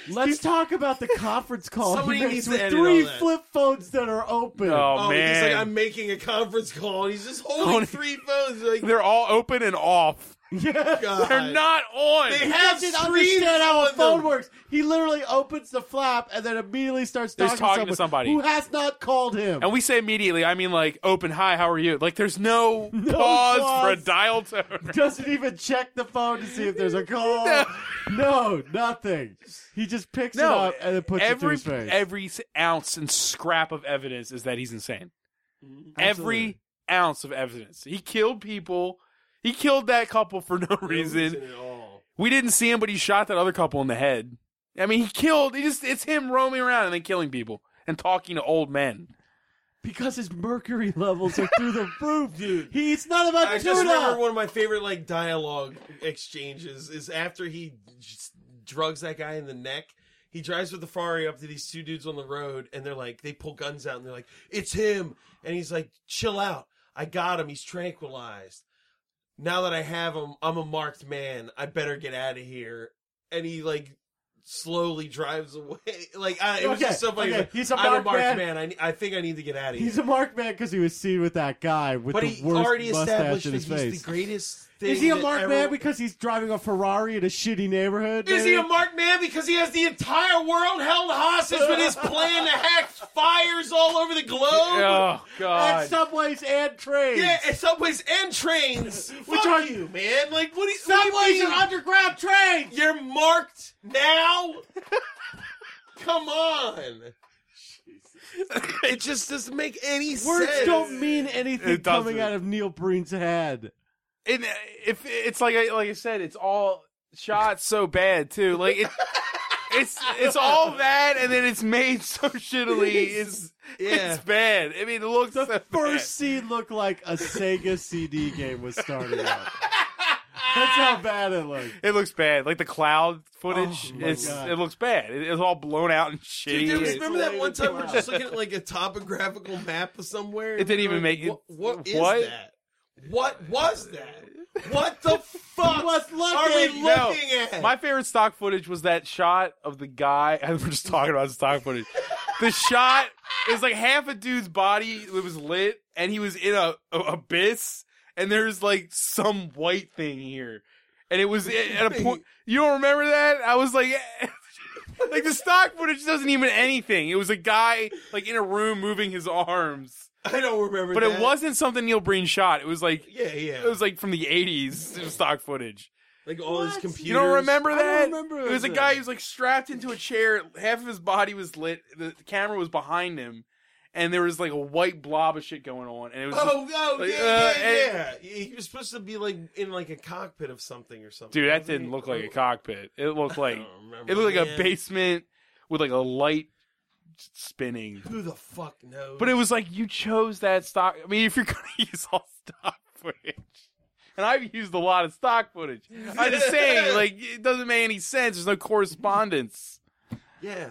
S2: Let's talk about the conference call.
S9: Somebody
S2: he makes
S9: needs to
S2: with
S9: edit
S2: three
S9: all that.
S2: flip phones that are open.
S3: oh,
S9: Oh, he's
S3: man,
S9: like, I'm making a conference call. And he's just holding
S3: Holding-
S9: three phones. Like,
S3: they're all open and off.
S2: Yeah.
S9: God.
S3: They're not on.
S9: They
S2: He
S9: have
S2: doesn't
S9: screens
S2: understand how a
S9: on
S2: phone
S9: them.
S2: works. He literally opens the flap and then immediately starts
S3: He's
S2: talking,
S3: talking to somebody.
S2: who has not called him.
S3: and we say immediately. I mean, like open. Hi, how are you? Like there's
S9: [LAUGHS]
S3: no, pause, for a
S2: pause.
S3: dial tone.
S2: [LAUGHS] doesn't even check the phone to see if there's
S9: [LAUGHS]
S2: a call. no. nothing. He just picks it up and then puts
S3: every,
S2: it to his face.
S3: Every s- ounce and scrap of evidence is that he's insane. Every ounce of evidence. He killed people. He killed that couple for [LAUGHS] no reason.
S9: at all.
S3: We didn't see him, but he shot that other couple in the head. I mean, he killed. He just it's him roaming around and then killing people and talking to old men.
S2: because his mercury levels are through [LAUGHS] the roof, dude. He's not about
S9: I
S2: tuna.
S9: just remember one of my favorite like dialogue exchanges is after he just drugs that guy in the neck. He drives with the Ferrari up to these two dudes on the road, and they're like, they pull guns out, and they're like, "It's him," and he's like, "Chill out, I got him. He's tranquilized. Now that I have him, I'm a marked man. I better get out of here." And he like slowly drives away. [LAUGHS] Like I, it was
S2: Okay,
S9: just so funny.
S2: okay,
S9: Like,
S2: he's a
S9: I'm a
S2: marked
S9: marked
S2: man.
S9: man. I ne- I, think I need to get out of here.
S2: He's a marked man because he was seen with that guy with
S9: but
S2: the
S9: he
S2: worst
S9: already
S2: mustache
S9: established
S2: in
S9: that
S2: his
S9: he's
S2: face.
S9: the greatest. Thing
S2: Is he a
S9: that
S2: marked
S9: ever-
S2: man because he's driving a Ferrari in a shitty neighborhood?
S9: Is he
S2: maybe?
S9: a marked man because he has the entire world held hostage with his plan to hack fires all over the globe?
S3: Oh
S2: At
S3: God!
S2: subways and trains.
S9: Yeah, and subways and trains. Which
S2: are-
S9: Fuck you, man? Like, what do you? what do you
S2: subways
S9: mean?
S2: and underground trains.
S9: You're marked now. Come on. [LAUGHS] It just doesn't make any
S2: Words
S9: sense.
S2: don't mean anything
S3: It doesn't.
S2: coming out of Neil Breen's head.
S3: And uh, if it's like I, like I said, it's all shot so bad too. Like it, it's it's all bad, and then it's made so shittily. It's
S9: Yeah.
S3: it's bad. I mean, it looks so bad.
S2: First scene looked like a Sega CD game was starting up. That's how bad it looked.
S3: It looks bad. Like the cloud footage,
S2: Oh, my
S3: it's
S2: God.
S3: it looks bad. It, it's all blown out and shitty.
S9: Dude, there was-
S3: It's-
S9: remember that one time we we're
S2: Wow.
S9: just looking at like a topographical map of somewhere? and
S3: It didn't
S9: we were
S3: even
S9: like,
S3: make it-
S9: What, what is
S3: what?
S9: that? What was that? What the
S3: [LAUGHS]
S9: fuck
S2: What's
S9: are we
S2: looking?
S9: looking
S3: No.
S9: at?
S3: My favorite stock footage was that shot of the guy. [LAUGHS] and We're just talking about stock footage. The shot is like half a dude's body that was lit, and he was in a, a abyss, and there's like some white thing here, and it was at a point. You don't remember that? I was like. [LAUGHS] Like the stock footage doesn't even anything. It was a guy like in a room moving his arms,
S9: [LAUGHS] I don't remember.
S3: but
S9: that.
S3: it wasn't something Neil Breen shot. It was like
S9: Yeah, yeah.
S3: it was like from the '80s stock footage.
S9: like all his computers.
S3: You don't remember
S2: don't
S3: that?
S2: remember
S3: it was a
S2: that.
S3: guy who was like strapped into a chair. Half of his body was lit. The the camera was behind him, and there was like a white blob of shit going on. And it was,
S9: Oh no!
S3: Like,
S9: yeah,
S3: uh,
S9: yeah, yeah.
S3: and-
S9: He was supposed to be like in like a cockpit of something or something.
S3: dude, that
S9: wasn't
S3: didn't
S9: he?
S3: look like a
S9: Oh,
S3: cockpit. It looked
S9: I
S3: like
S9: don't remember,
S3: it looked like
S9: man.
S3: a basement with like a light spinning.
S9: Who the fuck knows?
S3: But it was like you chose that stock. I mean, if you're gonna [LAUGHS] use all stock footage, and I've used a lot of stock footage, I'm just
S9: [LAUGHS]
S3: saying, like it doesn't make any sense. There's no correspondence.
S9: yeah.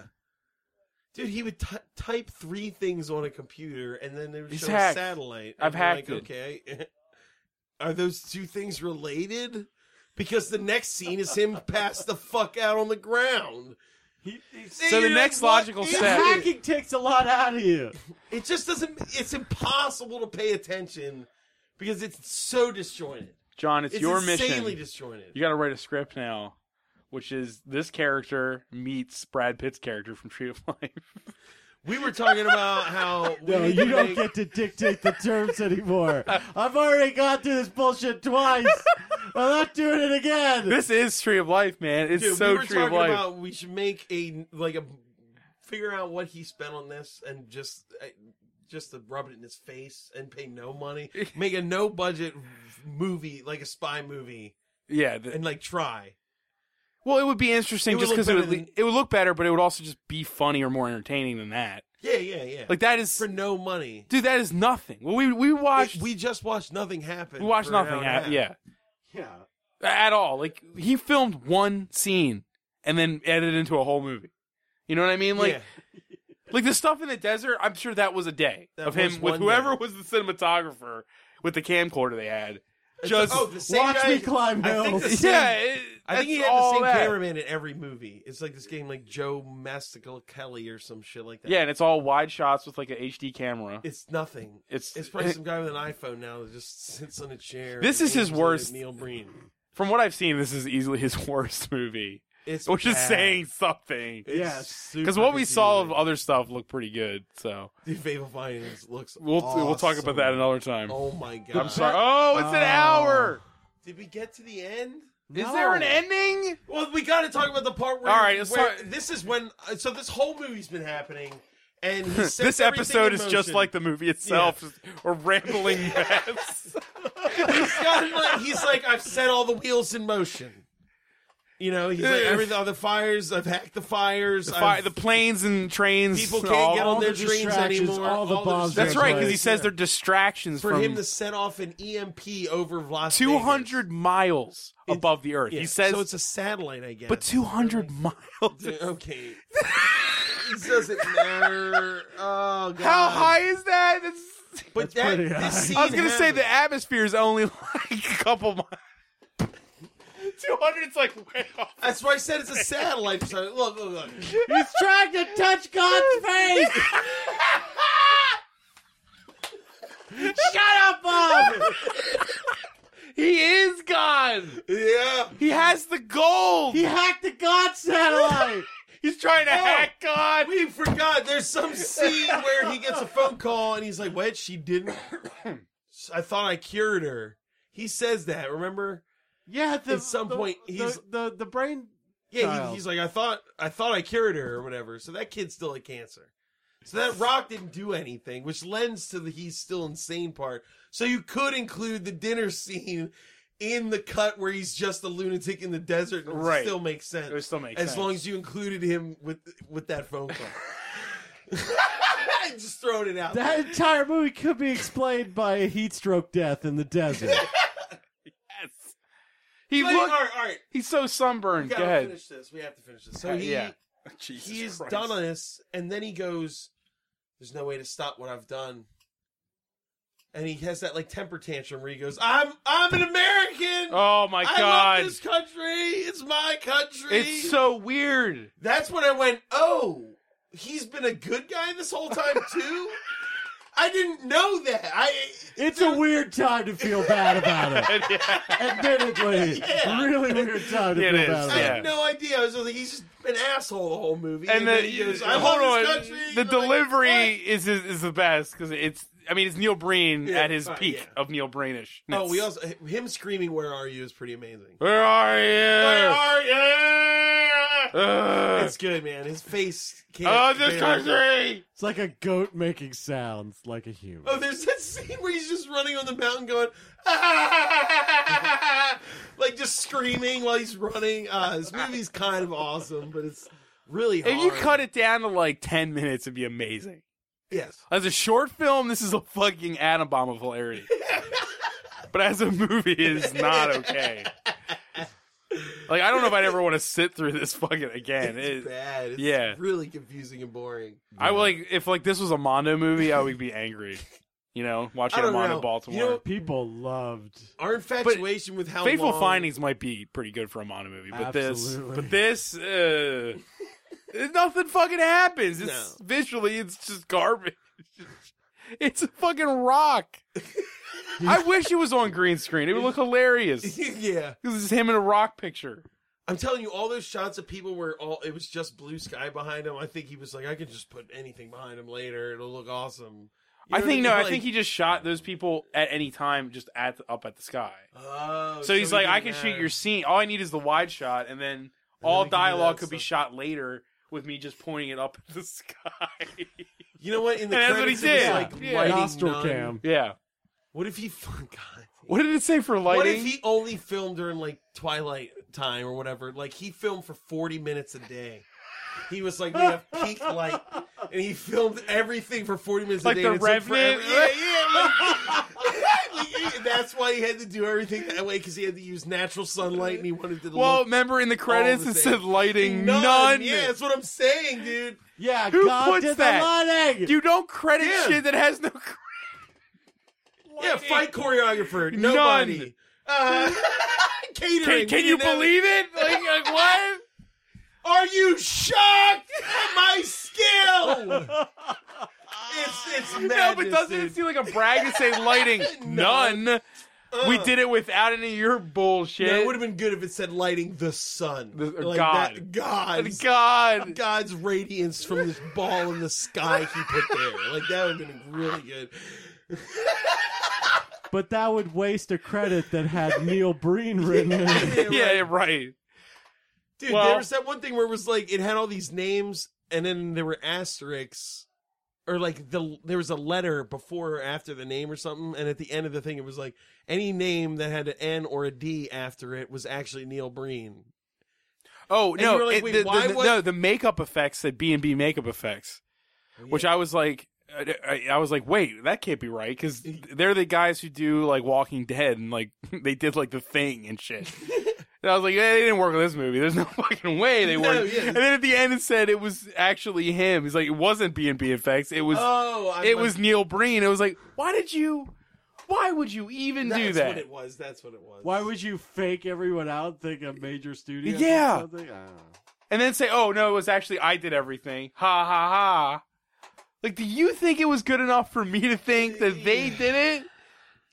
S9: Dude, he would t- type three things on a computer, and then they would
S3: He's
S9: show a
S3: hacked.
S9: satellite.
S3: I've
S9: and you're like,
S3: hacked it.
S9: Okay, [LAUGHS] are those two things related? Because the next scene is him passed the fuck out on the ground.
S3: So the
S9: You're
S3: next
S9: like, what
S3: logical
S9: is
S2: The
S3: step.
S9: happening?
S2: hacking takes a lot out of you.
S9: It just doesn't. It's impossible to pay attention because it's so disjointed.
S3: John, it's,
S9: It's
S3: your mission.
S9: insanely disjointed.
S3: you got to write a script now, which is this character meets Brad Pitt's character from Tree of [LAUGHS] Life.
S9: We were talking about how we
S2: [LAUGHS] No,
S9: need
S2: you
S9: to
S2: don't
S9: make-
S2: get to dictate the terms anymore. I've already gone through this bullshit twice. I'm not doing it again.
S3: this is Tree of Life, man. It's
S9: Dude,
S3: so
S9: we were
S3: Tree of
S9: talking
S3: Life.
S9: about we should make a like a figure out what he spent on this and just uh, just to rub it in his face and pay
S3: [LAUGHS]
S9: no money. Make a no budget movie like a spy movie
S3: yeah. the-
S9: and like try.
S3: well, it would be interesting
S9: It would
S3: just
S9: look
S3: because it, would
S9: better
S3: le-
S9: than-
S3: it would look better, but it would also just be funny or more entertaining than that.
S9: Yeah, yeah, yeah.
S3: Like that is,
S9: for no money.
S3: dude, that is nothing. Well, we we watched
S9: It- we just watched nothing happen.
S3: we watched
S9: for an
S3: nothing.
S9: hour and a
S3: At, yeah,
S2: yeah.
S3: at all. Like he filmed one scene and then edited into a whole movie. You know what I mean?
S9: half.
S3: Like
S9: Yeah.
S3: Like the stuff in the desert, I'm sure that was a day
S9: That
S3: of
S9: was
S3: him with
S9: one
S3: whoever
S9: day.
S3: was the cinematographer with the camcorder they
S9: [LAUGHS]
S3: had.
S9: It's
S3: Just
S9: like, oh, the same
S2: Watch
S9: guy-
S2: me climb
S9: I think
S2: hills.
S9: the same-
S3: [LAUGHS] yeah, it,
S9: I think he
S3: that's
S9: had the
S3: all
S9: same
S3: that.
S9: cameraman in every movie. It's like this game, like Joe Mastical Kelly or some shit like that.
S3: Yeah, and it's all wide shots with like an HD camera.
S9: it's nothing.
S3: It's, [LAUGHS]
S9: It's probably some guy with an iPhone now that just [LAUGHS] sits on a chair.
S3: This
S9: and
S3: is his
S9: aims it at
S3: worst-
S9: Neil Breen.
S3: from what I've seen, this is easily his [LAUGHS] worst movie,
S9: It's
S3: which is
S9: bad.
S3: saying something.
S9: It's
S2: Yeah,
S9: super
S3: Because what we saw of
S9: confusing.
S3: other stuff looked pretty good, so
S9: the [LAUGHS] Fable Findings looks.
S3: we'll we'll talk
S9: awesome.
S3: about that another time.
S9: Oh my god!
S3: I'm sorry. Oh, it's an hour.
S9: Did we get to the end?
S3: Is there an
S2: No.
S3: ending?
S9: Well, we got to talk about the part where.
S3: All right, let's
S9: where-
S3: talk-
S9: This is when. uh, So this whole movie's been happening,
S3: [LAUGHS]
S9: and he sets
S3: This
S9: everything
S3: episode
S9: in
S3: is just
S9: motion.
S3: like
S9: [LAUGHS]
S3: the movie itself, just a rambling mess.
S9: he's got like he's like I've set all the wheels in motion. You know, he's
S3: [LAUGHS]
S9: like every the fires. I've hacked the fires.
S3: the, fi-
S9: I've-
S3: the planes and trains.
S9: people
S3: and
S9: can't
S3: all-
S9: get on their
S2: the
S9: trains
S2: distractions,
S9: anymore.
S2: all the bombs
S9: distractions.
S3: That's right, because he
S2: Right,
S3: says they're distractions
S9: for
S3: from
S9: him to set off an EMP over Las
S3: 200 miles above the Earth.
S9: Vegas. Yeah,
S3: He says,
S9: so. It's a satellite, I guess.
S3: but 200 miles.
S9: [LAUGHS] okay. it doesn't matter. Oh god.
S3: How high is that? That's-
S9: But
S2: That's
S9: that
S2: pretty
S9: this
S2: high.
S9: scene
S3: I was gonna say [LAUGHS]
S9: happened. [LAUGHS]
S3: the atmosphere is only like a couple miles. 200 it's like way off.
S9: That's why I said it's a satellite. So look, look, look.
S2: He's trying to touch God's face. Shut up, Bob.
S3: He is gone.
S9: Yeah.
S3: He has the gold.
S2: He hacked the God satellite.
S3: He's trying to hack Oh, God.
S9: Oh, We forgot. There's some scene where he gets a phone call and he's like, "What? She [COUGHS] didn't? I thought I cured her." He says that. Remember?
S2: Yeah, the,
S9: At some
S2: the-
S9: point,
S2: the-
S9: he's-
S2: the, the brain.
S9: Yeah.
S2: Child.
S9: He, he's like, "I thought I thought I cured her or whatever." So that kid still had cancer. So that rock didn't do anything, which lends to the he's still insane part. So you could include the dinner scene in the cut where he's just a lunatic in the desert, and it
S3: Right.
S9: still makes sense.
S3: It would still make
S9: as
S3: sense.
S9: long as you included him with with that phone call.
S3: [LAUGHS]
S9: [LAUGHS] just throwing it out.
S2: That entire movie could be explained by a heat stroke death in the desert.
S3: he
S9: Wait, all
S3: look,
S9: right, all right.
S3: he's so sunburned.
S9: We
S3: Go
S9: gotta
S3: ahead. Uh,
S9: finish this. We have to finish this. So he
S3: Yeah.
S9: he is done on this, and then he goes, "There's no way to stop what I've done." And he has that like temper tantrum where he goes, "I'm I'm an American.
S3: Oh my
S9: I
S3: god.
S9: love this country. It's my country."
S3: It's so
S9: [LAUGHS]
S3: weird.
S9: That's when I went, oh, he's been a good guy this whole time
S3: [LAUGHS]
S9: too. I didn't know that. I
S2: It's a weird time to feel bad about it.
S3: Yeah.
S2: Admittedly,
S9: Yeah.
S2: really weird time to
S3: It
S2: feel
S3: is,
S2: bad
S9: I
S2: about
S3: yeah.
S9: had no idea. I was just like, he's just an asshole the whole movie.
S3: [LAUGHS] and
S9: then
S3: the,
S9: he goes, I
S3: hold on,
S9: love this country.
S3: the
S9: And I'm like,
S3: delivery
S9: what?
S3: is, is is the best because it's. I mean, it's Neil Breen
S9: Yeah,
S3: at his
S9: fine,
S3: peak
S9: yeah.
S3: of Neil Breenish.
S9: Oh, we also him screaming "Where are you?" is pretty amazing.
S3: Where are you?
S9: Where are you?
S3: Ugh.
S9: It's good, man. His face. Can't
S3: I love Oh, this
S9: bear-
S3: country.
S2: It's like a goat making sounds like a human.
S9: Oh, there's that scene where he's just running on the mountain going, [LAUGHS] "Ah!" like just screaming while he's running. Uh, this movie's kind of awesome, but it's really hard.
S3: If you cut it down to like ten minutes, it'd be amazing.
S9: yes,
S3: As a short film, this is a fucking atom bomb of
S9: [LAUGHS]
S3: hilarity. but as a movie, it's not
S9: [LAUGHS]
S3: okay. Like I don't know if I'd ever want to sit through this fucking again.
S9: it's
S3: It-
S9: bad. It's
S3: yeah.
S9: really confusing and boring.
S3: I would like if like this was a Mondo movie, I would be angry. You know,
S9: I
S3: watching a
S9: don't
S3: Mondo
S9: know.
S3: Baltimore.
S9: You know,
S2: People loved.
S9: Our infatuation with how
S3: Faithful
S9: long-
S3: Findings might be pretty good for a Mondo movie, but
S2: Absolutely.
S3: this, but this, uh, [LAUGHS] nothing fucking happens. It's visually, it's just garbage. [LAUGHS] It's a fucking
S9: [LAUGHS]
S3: rock. I wish it was on green screen. It would look hilarious.
S9: [LAUGHS] yeah,
S3: This is him in a rock picture.
S9: I'm telling you, all those shots of people were all it was just blue sky behind him. I think he was like, I could just put anything behind him later; it'll look awesome. You
S3: I
S9: know
S3: think no.
S9: what
S3: I
S9: mean?
S3: think he just shot those people at any time, just at the, up at the sky.
S9: Like, oh,
S3: So he's
S9: it
S3: like, I can
S9: didn't
S3: shoot
S9: matter.
S3: your scene. All I need is the wide shot, and then all
S9: we can do
S3: dialogue
S9: that
S3: could be
S9: stuff.
S3: shot later with me just pointing it up at the [LAUGHS] sky.
S9: You know what? In the
S3: And that's what he
S9: credits, it was
S3: did.
S9: Like
S3: Yeah.
S9: lighting
S2: Nostril
S9: none.
S2: cam.
S3: yeah.
S9: What if he? [LAUGHS] God,
S3: What did it say for lighting?
S9: what if he only filmed during like twilight time or whatever? Like he filmed for 40 minutes a day. He was like, we have peak light, and he filmed everything for 40 minutes
S3: Like
S9: a day.
S3: The
S9: and it took
S3: Revenant?
S9: forever. Yeah, yeah. like- like, he- that's why he had to do everything that way because he had to use natural sunlight and he wanted to.
S3: [LAUGHS] well,
S9: look
S3: remember in the credits
S9: the
S3: it
S9: same.
S3: said lighting none.
S9: Yeah, that's what I'm saying, dude.
S2: Yeah,
S3: Who
S2: God
S3: puts
S2: did
S3: that?
S2: the lighting.
S3: You don't credit
S9: Yeah.
S3: shit that has no. cre-
S9: Yeah, fight choreographer.
S3: None.
S9: Nobody. Uh,
S3: [LAUGHS] Can,
S9: catering.
S3: can
S9: we
S3: you
S9: didn't have-
S3: believe [LAUGHS] it? Like, like what?
S9: Are you shocked at my
S3: [LAUGHS]
S9: skill? it's it's madness.
S3: No, but doesn't it
S9: dude.
S3: seem like a brag to say lighting none? We did it without any of your bullshit.
S9: No, it would have been good if it said lighting the sun,
S3: The- or
S9: like
S3: God.
S9: that God's,
S3: [LAUGHS] God.
S9: God's radiance from this ball in the sky he put there. Like that would have been
S3: [LAUGHS]
S9: really good.
S2: But that would waste a credit that had
S9: [LAUGHS]
S2: Neil Breen written in it.
S3: Yeah, yeah, right.
S9: Dude,
S3: Well-
S9: there was that one thing where it was like it had all these names and then there were asterisks or like the there was a letter before or after the name or something and at the end of the thing it was like any name that had an N or a D after it was actually Neil Breen.
S3: Oh
S9: And you
S3: no!
S9: were like,
S3: it-
S9: wait,
S3: the,
S9: why
S3: the-
S9: would-
S3: no, the makeup effects said B and B makeup effects,
S9: Oh,
S3: which I was like, I, I- I was like, wait, that can't be right because they're the guys who do like Walking Dead and like [LAUGHS] they did like the thing and
S9: [LAUGHS]
S3: shit. and I was like, yeah, they didn't work on this movie. There's no [LAUGHS] fucking way they
S9: No,
S3: worked.
S9: yeah.
S3: And then at the end, it said it was actually him. He's like, it wasn't B and B effects. It was
S9: Oh, I
S3: it was Neil Breen. It was like, why did you? Why would you even
S9: That's
S3: do that?
S9: what it was. That's what it was.
S2: Why would you fake everyone out? Think a major studio?
S3: Yeah.
S2: Or something? I don't know.
S3: and then say, "Oh no, it was actually I did everything." Ha ha ha! Like, do you think it was good enough for me to think that they did it?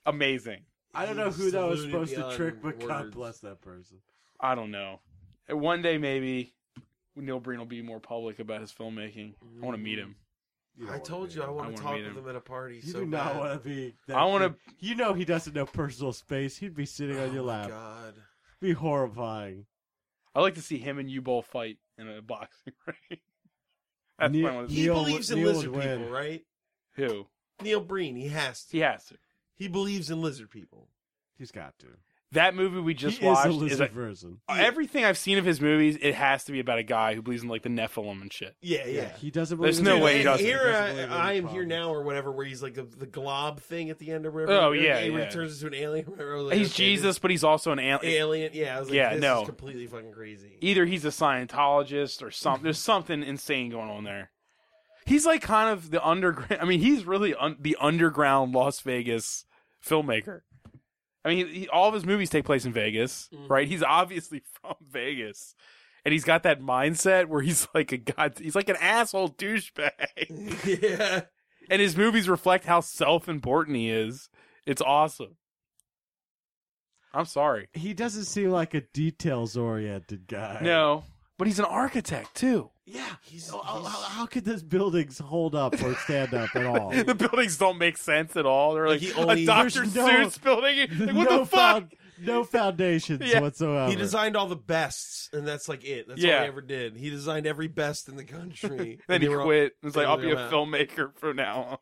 S3: Amazing.
S2: I don't know who that was
S9: Saluted
S2: supposed to
S9: beyond
S2: trick, but God
S9: words.
S2: bless that person.
S3: I don't know. And One day maybe Neil Breen will be more public about his filmmaking. I want to meet him.
S9: I told you I
S3: I
S9: want
S3: wanna
S9: to talk
S3: meet
S9: with
S3: him.
S9: him at a party.
S2: You
S9: so
S2: do not
S9: bad.
S2: want to be. That
S3: I wanna-
S2: kid. You know he doesn't know personal space. He'd be sitting on your
S9: Oh my
S2: lap.
S9: God.
S2: Be horrifying.
S3: I'd like to see him and you both fight in a boxing [LAUGHS] ring. That's
S2: Ne-
S3: what I want to
S9: He
S2: Neil would-
S9: believes in
S2: Neil would
S9: lizard
S2: win.
S9: people, right?
S3: Who?
S9: Neil Breen. He has to.
S3: He has to.
S9: He believes in lizard people.
S2: He's got to.
S3: That movie we just
S2: he
S3: watched
S2: is a
S3: is,
S2: lizard
S3: like,
S2: person.
S3: everything I've seen of his movies. It has to be about a guy who believes in like the Nephilim and shit.
S9: Yeah, yeah.
S2: He doesn't.
S3: There's
S2: believe
S3: no
S2: in
S3: way
S2: God.
S3: he
S9: and
S3: doesn't.
S9: Here,
S2: doesn't believe in
S9: uh, I am
S2: problems.
S9: here now or whatever, where he's like the, the glob thing at the end or whatever.
S3: Oh,
S9: Or
S3: yeah,
S9: he- where
S3: yeah.
S9: He turns into an alien. [LAUGHS] Or like,
S3: He's
S9: okay, this
S3: Jesus, but he's also an alien.
S9: alien. Yeah, I was like,
S3: Yeah,
S9: this
S3: no.
S9: is completely fucking crazy.
S3: either he's a Scientologist or something. There's something insane going on there. He's like kind of the underground. I mean, he's really un- the underground Las Vegas filmmaker. I mean, he, all of his movies take place in Vegas, right? He's obviously [LAUGHS] from Vegas, and he's got that mindset where he's like a god. He's like an asshole
S9: [LAUGHS]
S3: douchebag,
S9: [LAUGHS] yeah.
S3: and his movies reflect how self-important he is. It's awesome. I'm sorry.
S2: He doesn't seem like a details-oriented guy.
S3: No, but he's an architect too.
S2: Yeah. He's, how, how, how could those buildings hold up or stand up at
S3: [LAUGHS]
S2: all?
S3: the buildings don't make sense at all. They're like,
S9: he only-
S3: a Dr.
S2: There's no-
S3: Seuss building.
S2: [LAUGHS]
S3: Like, what
S2: no
S3: the fuck?
S2: found- no foundations
S3: Yeah.
S2: whatsoever.
S9: He designed all the bests, and that's like it. That's
S3: Yeah.
S9: all he ever did. He designed every best in the country.
S3: [LAUGHS] then
S9: And
S3: he
S9: they were all-
S3: quit. It's like
S9: they
S3: I'll
S9: were
S3: be a
S9: out.
S3: filmmaker from [LAUGHS] now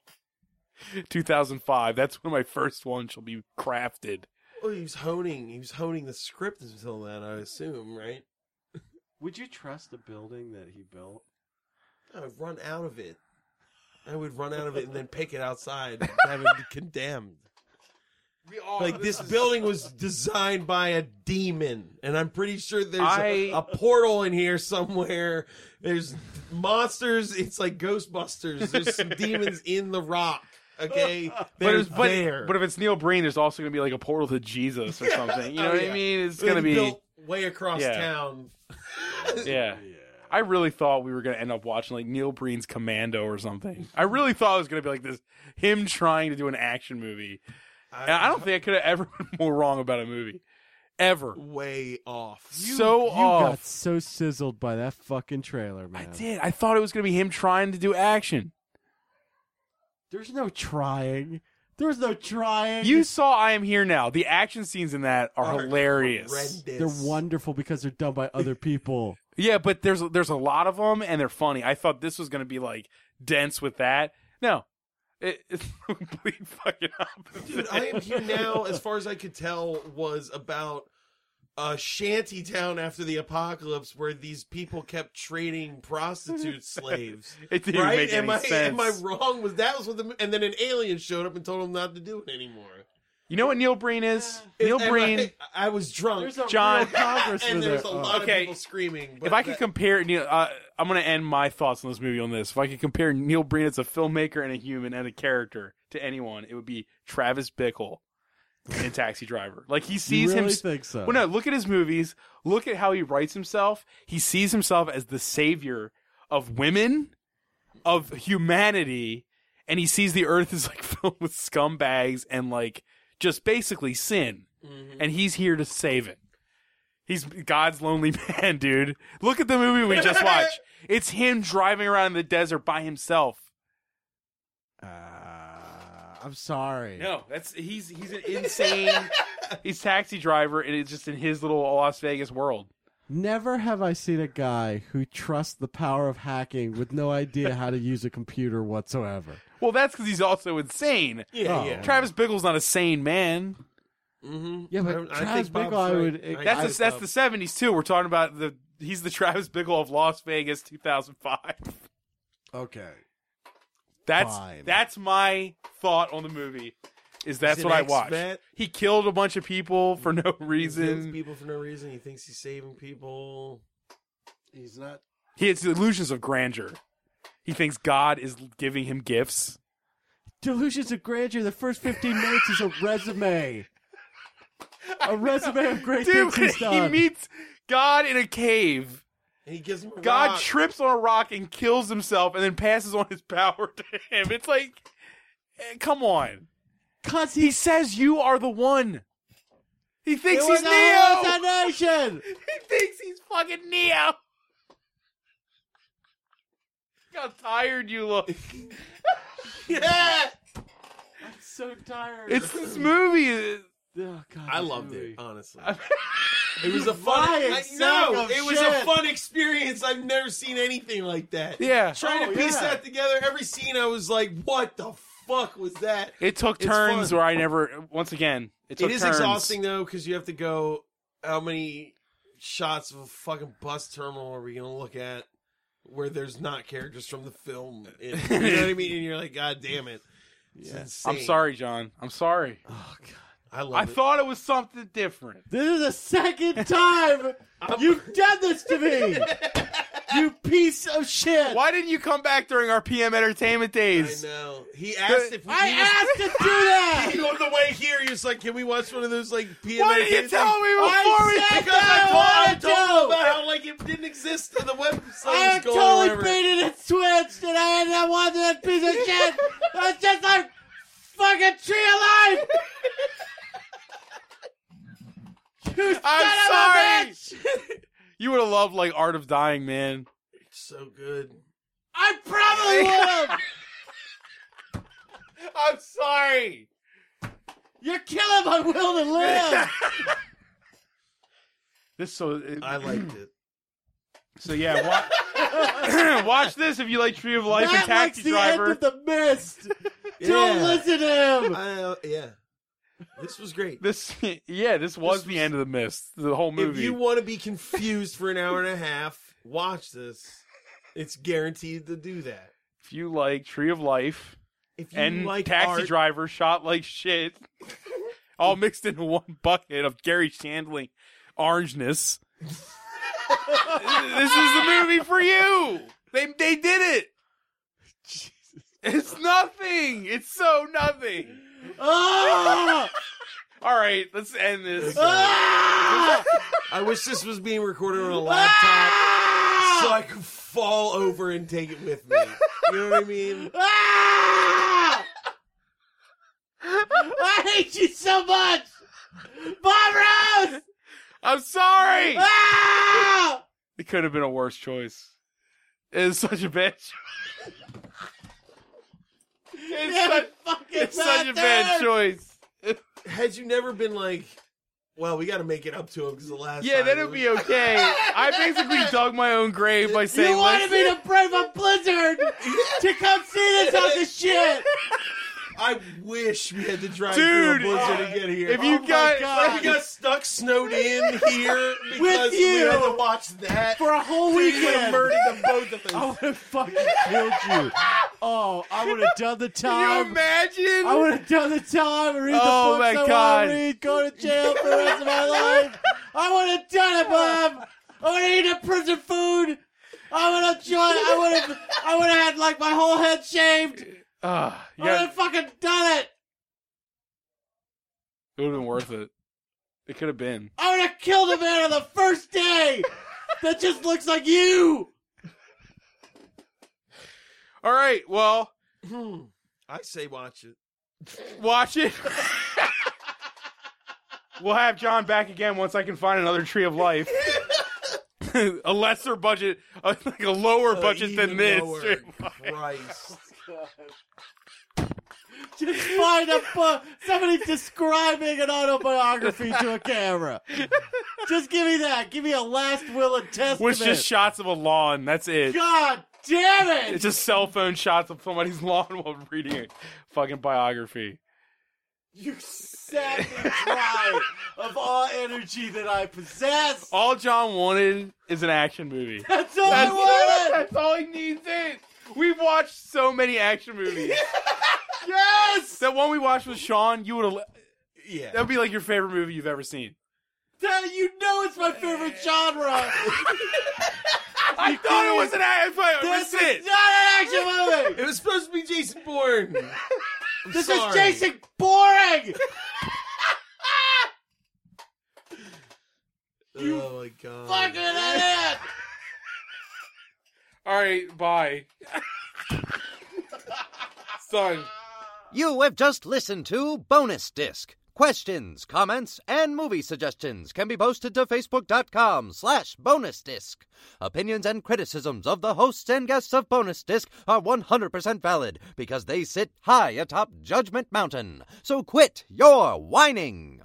S3: on. 2005. That's when my first one shall be crafted.
S9: Well, "Oh, he was honing. He was honing the script until then, I assume, right?
S2: Would you trust a building that he built?
S9: I would run out of it. I would run out of it and then pick it outside and have
S3: [LAUGHS]
S9: it condemned. like this building was designed by a demon, and I'm pretty sure there's a
S3: I-
S9: a portal in here somewhere. There's monsters. It's like Ghostbusters. There's some demons in the rock. Okay,
S3: [LAUGHS] But,
S9: there's
S3: it's, but,
S9: there.
S3: but if it's Neil Breen, there's also going to be like a portal to Jesus or something. You know
S9: Oh,
S3: what I
S9: yeah.
S3: mean? It's
S9: They
S3: going to be.
S9: built way across
S3: Yeah.
S9: town.
S3: Yeah. I really thought we were going to end up watching like Neil Breen's Commando or something. I really thought it was going to be like this him trying to do an action movie. And I don't think I could have ever [LAUGHS] been more wrong about a movie. Ever.
S9: way off.
S3: so
S2: you got
S3: off.
S2: so sizzled by that fucking trailer,
S3: I
S2: man.
S3: did. I thought it was going to be him trying to do action.
S2: There's no trying. There's no trying.
S3: You saw I Am Here Now. The action scenes in that are,
S9: Are
S3: hilarious.
S9: horrendous.
S2: they're wonderful because they're done by
S3: [LAUGHS]
S2: other people.
S3: Yeah, but there's there's a lot of them and they're funny. I thought this was going to be like dense with that. No. It, it's [LAUGHS] complete fucking opposite.
S9: Dude, I am here now. As far as I could tell, was about a shanty town after the apocalypse where these people kept
S3: [LAUGHS]
S9: trading prostitute slaves.
S3: It didn't
S9: right?
S3: make any
S9: am I
S3: sense.
S9: am I wrong? Was that was what the and then an alien showed up and told them not to do it anymore.
S3: You know what Neil Breen is? Neil
S9: Am I-
S3: Breen.
S9: I, was drunk.
S2: There's a
S3: John-
S2: real
S3: [LAUGHS]
S2: Congress
S9: and
S2: with
S9: there's
S2: it.
S9: a
S2: Oh.
S9: lot
S3: Okay.
S9: of people screaming. But
S3: if I could
S9: that-
S3: compare Neil, uh, I'm going to end my thoughts on this movie on this. If I could compare Neil Breen as a filmmaker and a human and a character to anyone, it would be Travis Bickle in Taxi Driver. Like he
S2: You
S3: sees him.
S2: really think so?
S3: Well, no. Look at his movies. Look at how he writes himself. He sees himself as the savior of women, of humanity, and he sees the earth is like [LAUGHS] filled with scumbags and like just basically sin. And he's here to save it. He's God's lonely [LAUGHS] man, dude. Look at the movie we just [LAUGHS] watched. It's him driving around in the desert by himself.
S2: Uh, I'm sorry.
S3: No, that's he's he's an insane. [LAUGHS] he's taxi driver, and it's just in his little Las Vegas world.
S2: Never have I seen a guy who trusts the power of hacking with no idea how to use a computer whatsoever.
S3: Well, that's because he's also insane.
S9: yeah,
S2: Oh.
S9: yeah.
S3: Travis Bickle's not a sane man.
S9: Mm-hmm.
S2: Yeah, but Travis Bickle, I would-
S3: That's the, that's the seventies too. We're talking about the he's the Travis Bickle of Las Vegas, two thousand five.
S2: Okay.
S3: That's
S2: Fine.
S3: that's my thought on the movie. Is that's
S9: an
S3: what I watched?
S9: ex-vet.
S3: He killed a bunch of people for no
S9: kills
S3: reason.
S9: people for no reason. He thinks he's saving people.
S2: He's not.
S3: He has illusions of grandeur. He thinks God is giving him gifts.
S2: Delusions of grandeur. The first 15 minutes is a resume. A resume of great
S3: Dude,
S2: things
S3: [LAUGHS]
S2: he's
S3: he
S2: done.
S3: meets God in a cave.
S9: And he gives him a
S3: God
S9: rock.
S3: trips on a rock and kills himself and then passes on his [LAUGHS] power to him. It's like, eh, come on.
S2: Cause
S3: He
S2: he's
S3: says you are the one. He thinks
S2: it
S3: he's
S2: was
S3: Neo.
S2: a nation.
S3: [LAUGHS] He thinks he's fucking Neo. Look How tired you
S9: [LAUGHS]
S3: look.
S9: Yeah.
S2: So tired.
S3: It's this movie.
S2: oh, God,
S9: I
S2: this
S9: loved
S2: movie.
S9: it, honestly. [LAUGHS] it was a fun.
S2: lying
S9: I-
S2: sack
S9: no,
S2: of
S9: it was
S2: shit.
S9: a fun experience. I've never seen anything like that.
S3: Yeah.
S9: Trying
S2: Oh,
S9: to piece
S2: yeah.
S9: that together, every scene I was like, "What the fuck was that?"
S3: It took
S9: It's
S3: turns
S9: fun.
S3: where I never, once again, it took
S9: It is
S3: turns.
S9: exhausting though because you have to go. How many shots of a fucking bus terminal are we gonna look at where there's not characters from the film? In, you know what I mean? And you're like, God damn it! It's
S3: I'm
S9: insane.
S3: sorry, John. I'm sorry.
S9: I love
S3: I
S9: it.
S3: thought it was something different.
S2: This is the second time you've done this to me.
S9: [LAUGHS]
S2: you piece of shit.
S3: Why didn't you come back during our PM Entertainment
S9: I
S3: days?
S9: know. He asked if we,
S2: I
S9: he was-
S2: asked to do that.
S9: on the way here, [LAUGHS] he was like, "Can we watch one of those like PM?"
S3: Why didn't you tell me before we
S2: I said
S9: Because I told, I
S2: I
S9: told him
S2: wanted
S9: about
S2: to.
S9: how like it didn't exist on the website.
S2: I
S9: was going
S2: totally
S9: over.
S2: beat it and switched, and I had that one that piece of shit. That's just like fucking tree of life. You son of a
S3: I'm
S2: bitch.
S3: sorry. [LAUGHS] you would have loved like Art of Dying, man.
S9: It's so good.
S2: I probably would have.
S3: I'm sorry.
S2: You're killing my will to live.
S3: [LAUGHS] This so
S9: I liked it.
S3: [CLEARS THROAT] so yeah. Watch, [CLEARS THROAT] watch this if you like Tree of Life
S2: that
S3: and Taxi
S2: likes the
S3: Driver.
S2: end of the mist. Don't
S9: Yeah.
S2: listen to
S9: [CLEARS THROAT]
S2: him.
S9: I, uh, yeah, this was great.
S3: this [LAUGHS] yeah, this was
S9: This
S3: the
S9: was-
S3: end of the mist. The whole
S9: If
S3: movie.
S9: you want to be confused for an hour and a half, watch this. It's guaranteed to do that.
S3: if you like Tree of Life
S9: If you
S3: and
S9: like
S3: Taxi
S9: art,
S3: Driver shot like
S9: [LAUGHS]
S3: shit, all mixed into one bucket of Gary Shandling
S9: [LAUGHS]
S3: orangeness. this is the movie for you. They they did it. It's nothing. It's so nothing.
S2: Ah!
S3: [LAUGHS] All right, let's end this.
S2: Ah!
S9: I wish this was being recorded on a laptop. so I could fall over and take it with me. You know what I mean?
S2: Ah! I hate you so much, Bob Ross.
S3: I'm sorry.
S2: [LAUGHS] Ah!
S3: It could have been a worse choice. It is such a bad choice. It's
S2: You're
S3: such-
S2: fucking
S3: It's such a bad
S2: bastard.
S3: choice.
S9: Had you never been like, well, we got to make it up to him because the last
S3: Yeah,
S9: time
S3: that'll
S9: was-
S3: be okay.
S2: [LAUGHS]
S3: I basically dug my own grave by saying,
S2: You wanted
S3: "Listen,
S2: me to brave a blizzard to come see this house of shit.
S9: I wish we had to drive
S3: Dude,
S9: through a blizzard
S3: uh,
S9: to get here. Oh
S3: if you
S2: Oh my
S3: got
S2: God.
S9: Like, we got stuck snowed in
S2: [LAUGHS]
S9: here because we
S2: you.
S9: had to watch that.
S2: for a whole
S9: Dude, you would have
S2: weekend. Oh.
S9: murdered them both of us.
S2: I would
S3: [LAUGHS]
S2: have fucking killed you. Oh, I would have done the
S3: can you
S2: time.
S3: imagine?
S2: I would have done the time and read
S3: Oh,
S2: the
S3: my
S2: books I
S3: God.
S2: want to read, go to jail for the rest of my life. I would have done it, Bob. I would have eaten prison food. I would have joined. I would have. I would have had like my whole head shaved.
S3: Ah, you
S2: I would
S3: got-
S2: have fucking done it.
S3: it would have been worth it. It could have been.
S2: I would have killed a man on the first day. That just looks like you.
S3: All right. Well,
S9: Hmm. I say watch it.
S3: watch it. we'll have John back again once I can find another Tree of Life. [LAUGHS] a lesser budget, a, like a lower budget
S9: Uh, Even
S3: than this.
S9: lower.
S3: Tree of
S2: [LAUGHS]
S3: Life.
S9: Christ.
S2: Just find a book. Somebody describing an autobiography to a camera. Just give me that. Give me a last will and
S3: [LAUGHS]
S2: testament.
S3: With just shots of a lawn. That's it.
S2: God damn
S3: It's
S2: it!
S3: just cell phone shots of somebody's [LAUGHS] lawn while reading a fucking biography.
S2: You sapped the dry of all energy that I possess.
S3: All John wanted is an action
S9: [LAUGHS]
S3: movie.
S2: That's all I wanted.
S3: That's all he needs it. We've watched so many action movies.
S2: Yes.
S3: that one we watched with Sean, you would
S9: Yeah.
S3: that'd be like your favorite movie you've ever seen.
S2: That- you know it's my favorite genre.
S3: I thought it was an action.
S2: This
S3: That's it.
S2: is not an action movie. [LAUGHS]
S9: It was supposed to be Jason Bourne.
S2: this
S9: sorry.
S2: is Jason Boring. You
S9: oh my god.
S2: Fucking idiot.
S3: All right, bye. it's done.
S1: You have just listened to Bonus Disc. Questions, comments, and movie suggestions can be posted to facebook.com slash bonus disc. Opinions and criticisms of the hosts and guests of Bonus Disc are 100% valid because they sit high atop Judgment Mountain. So quit your whining!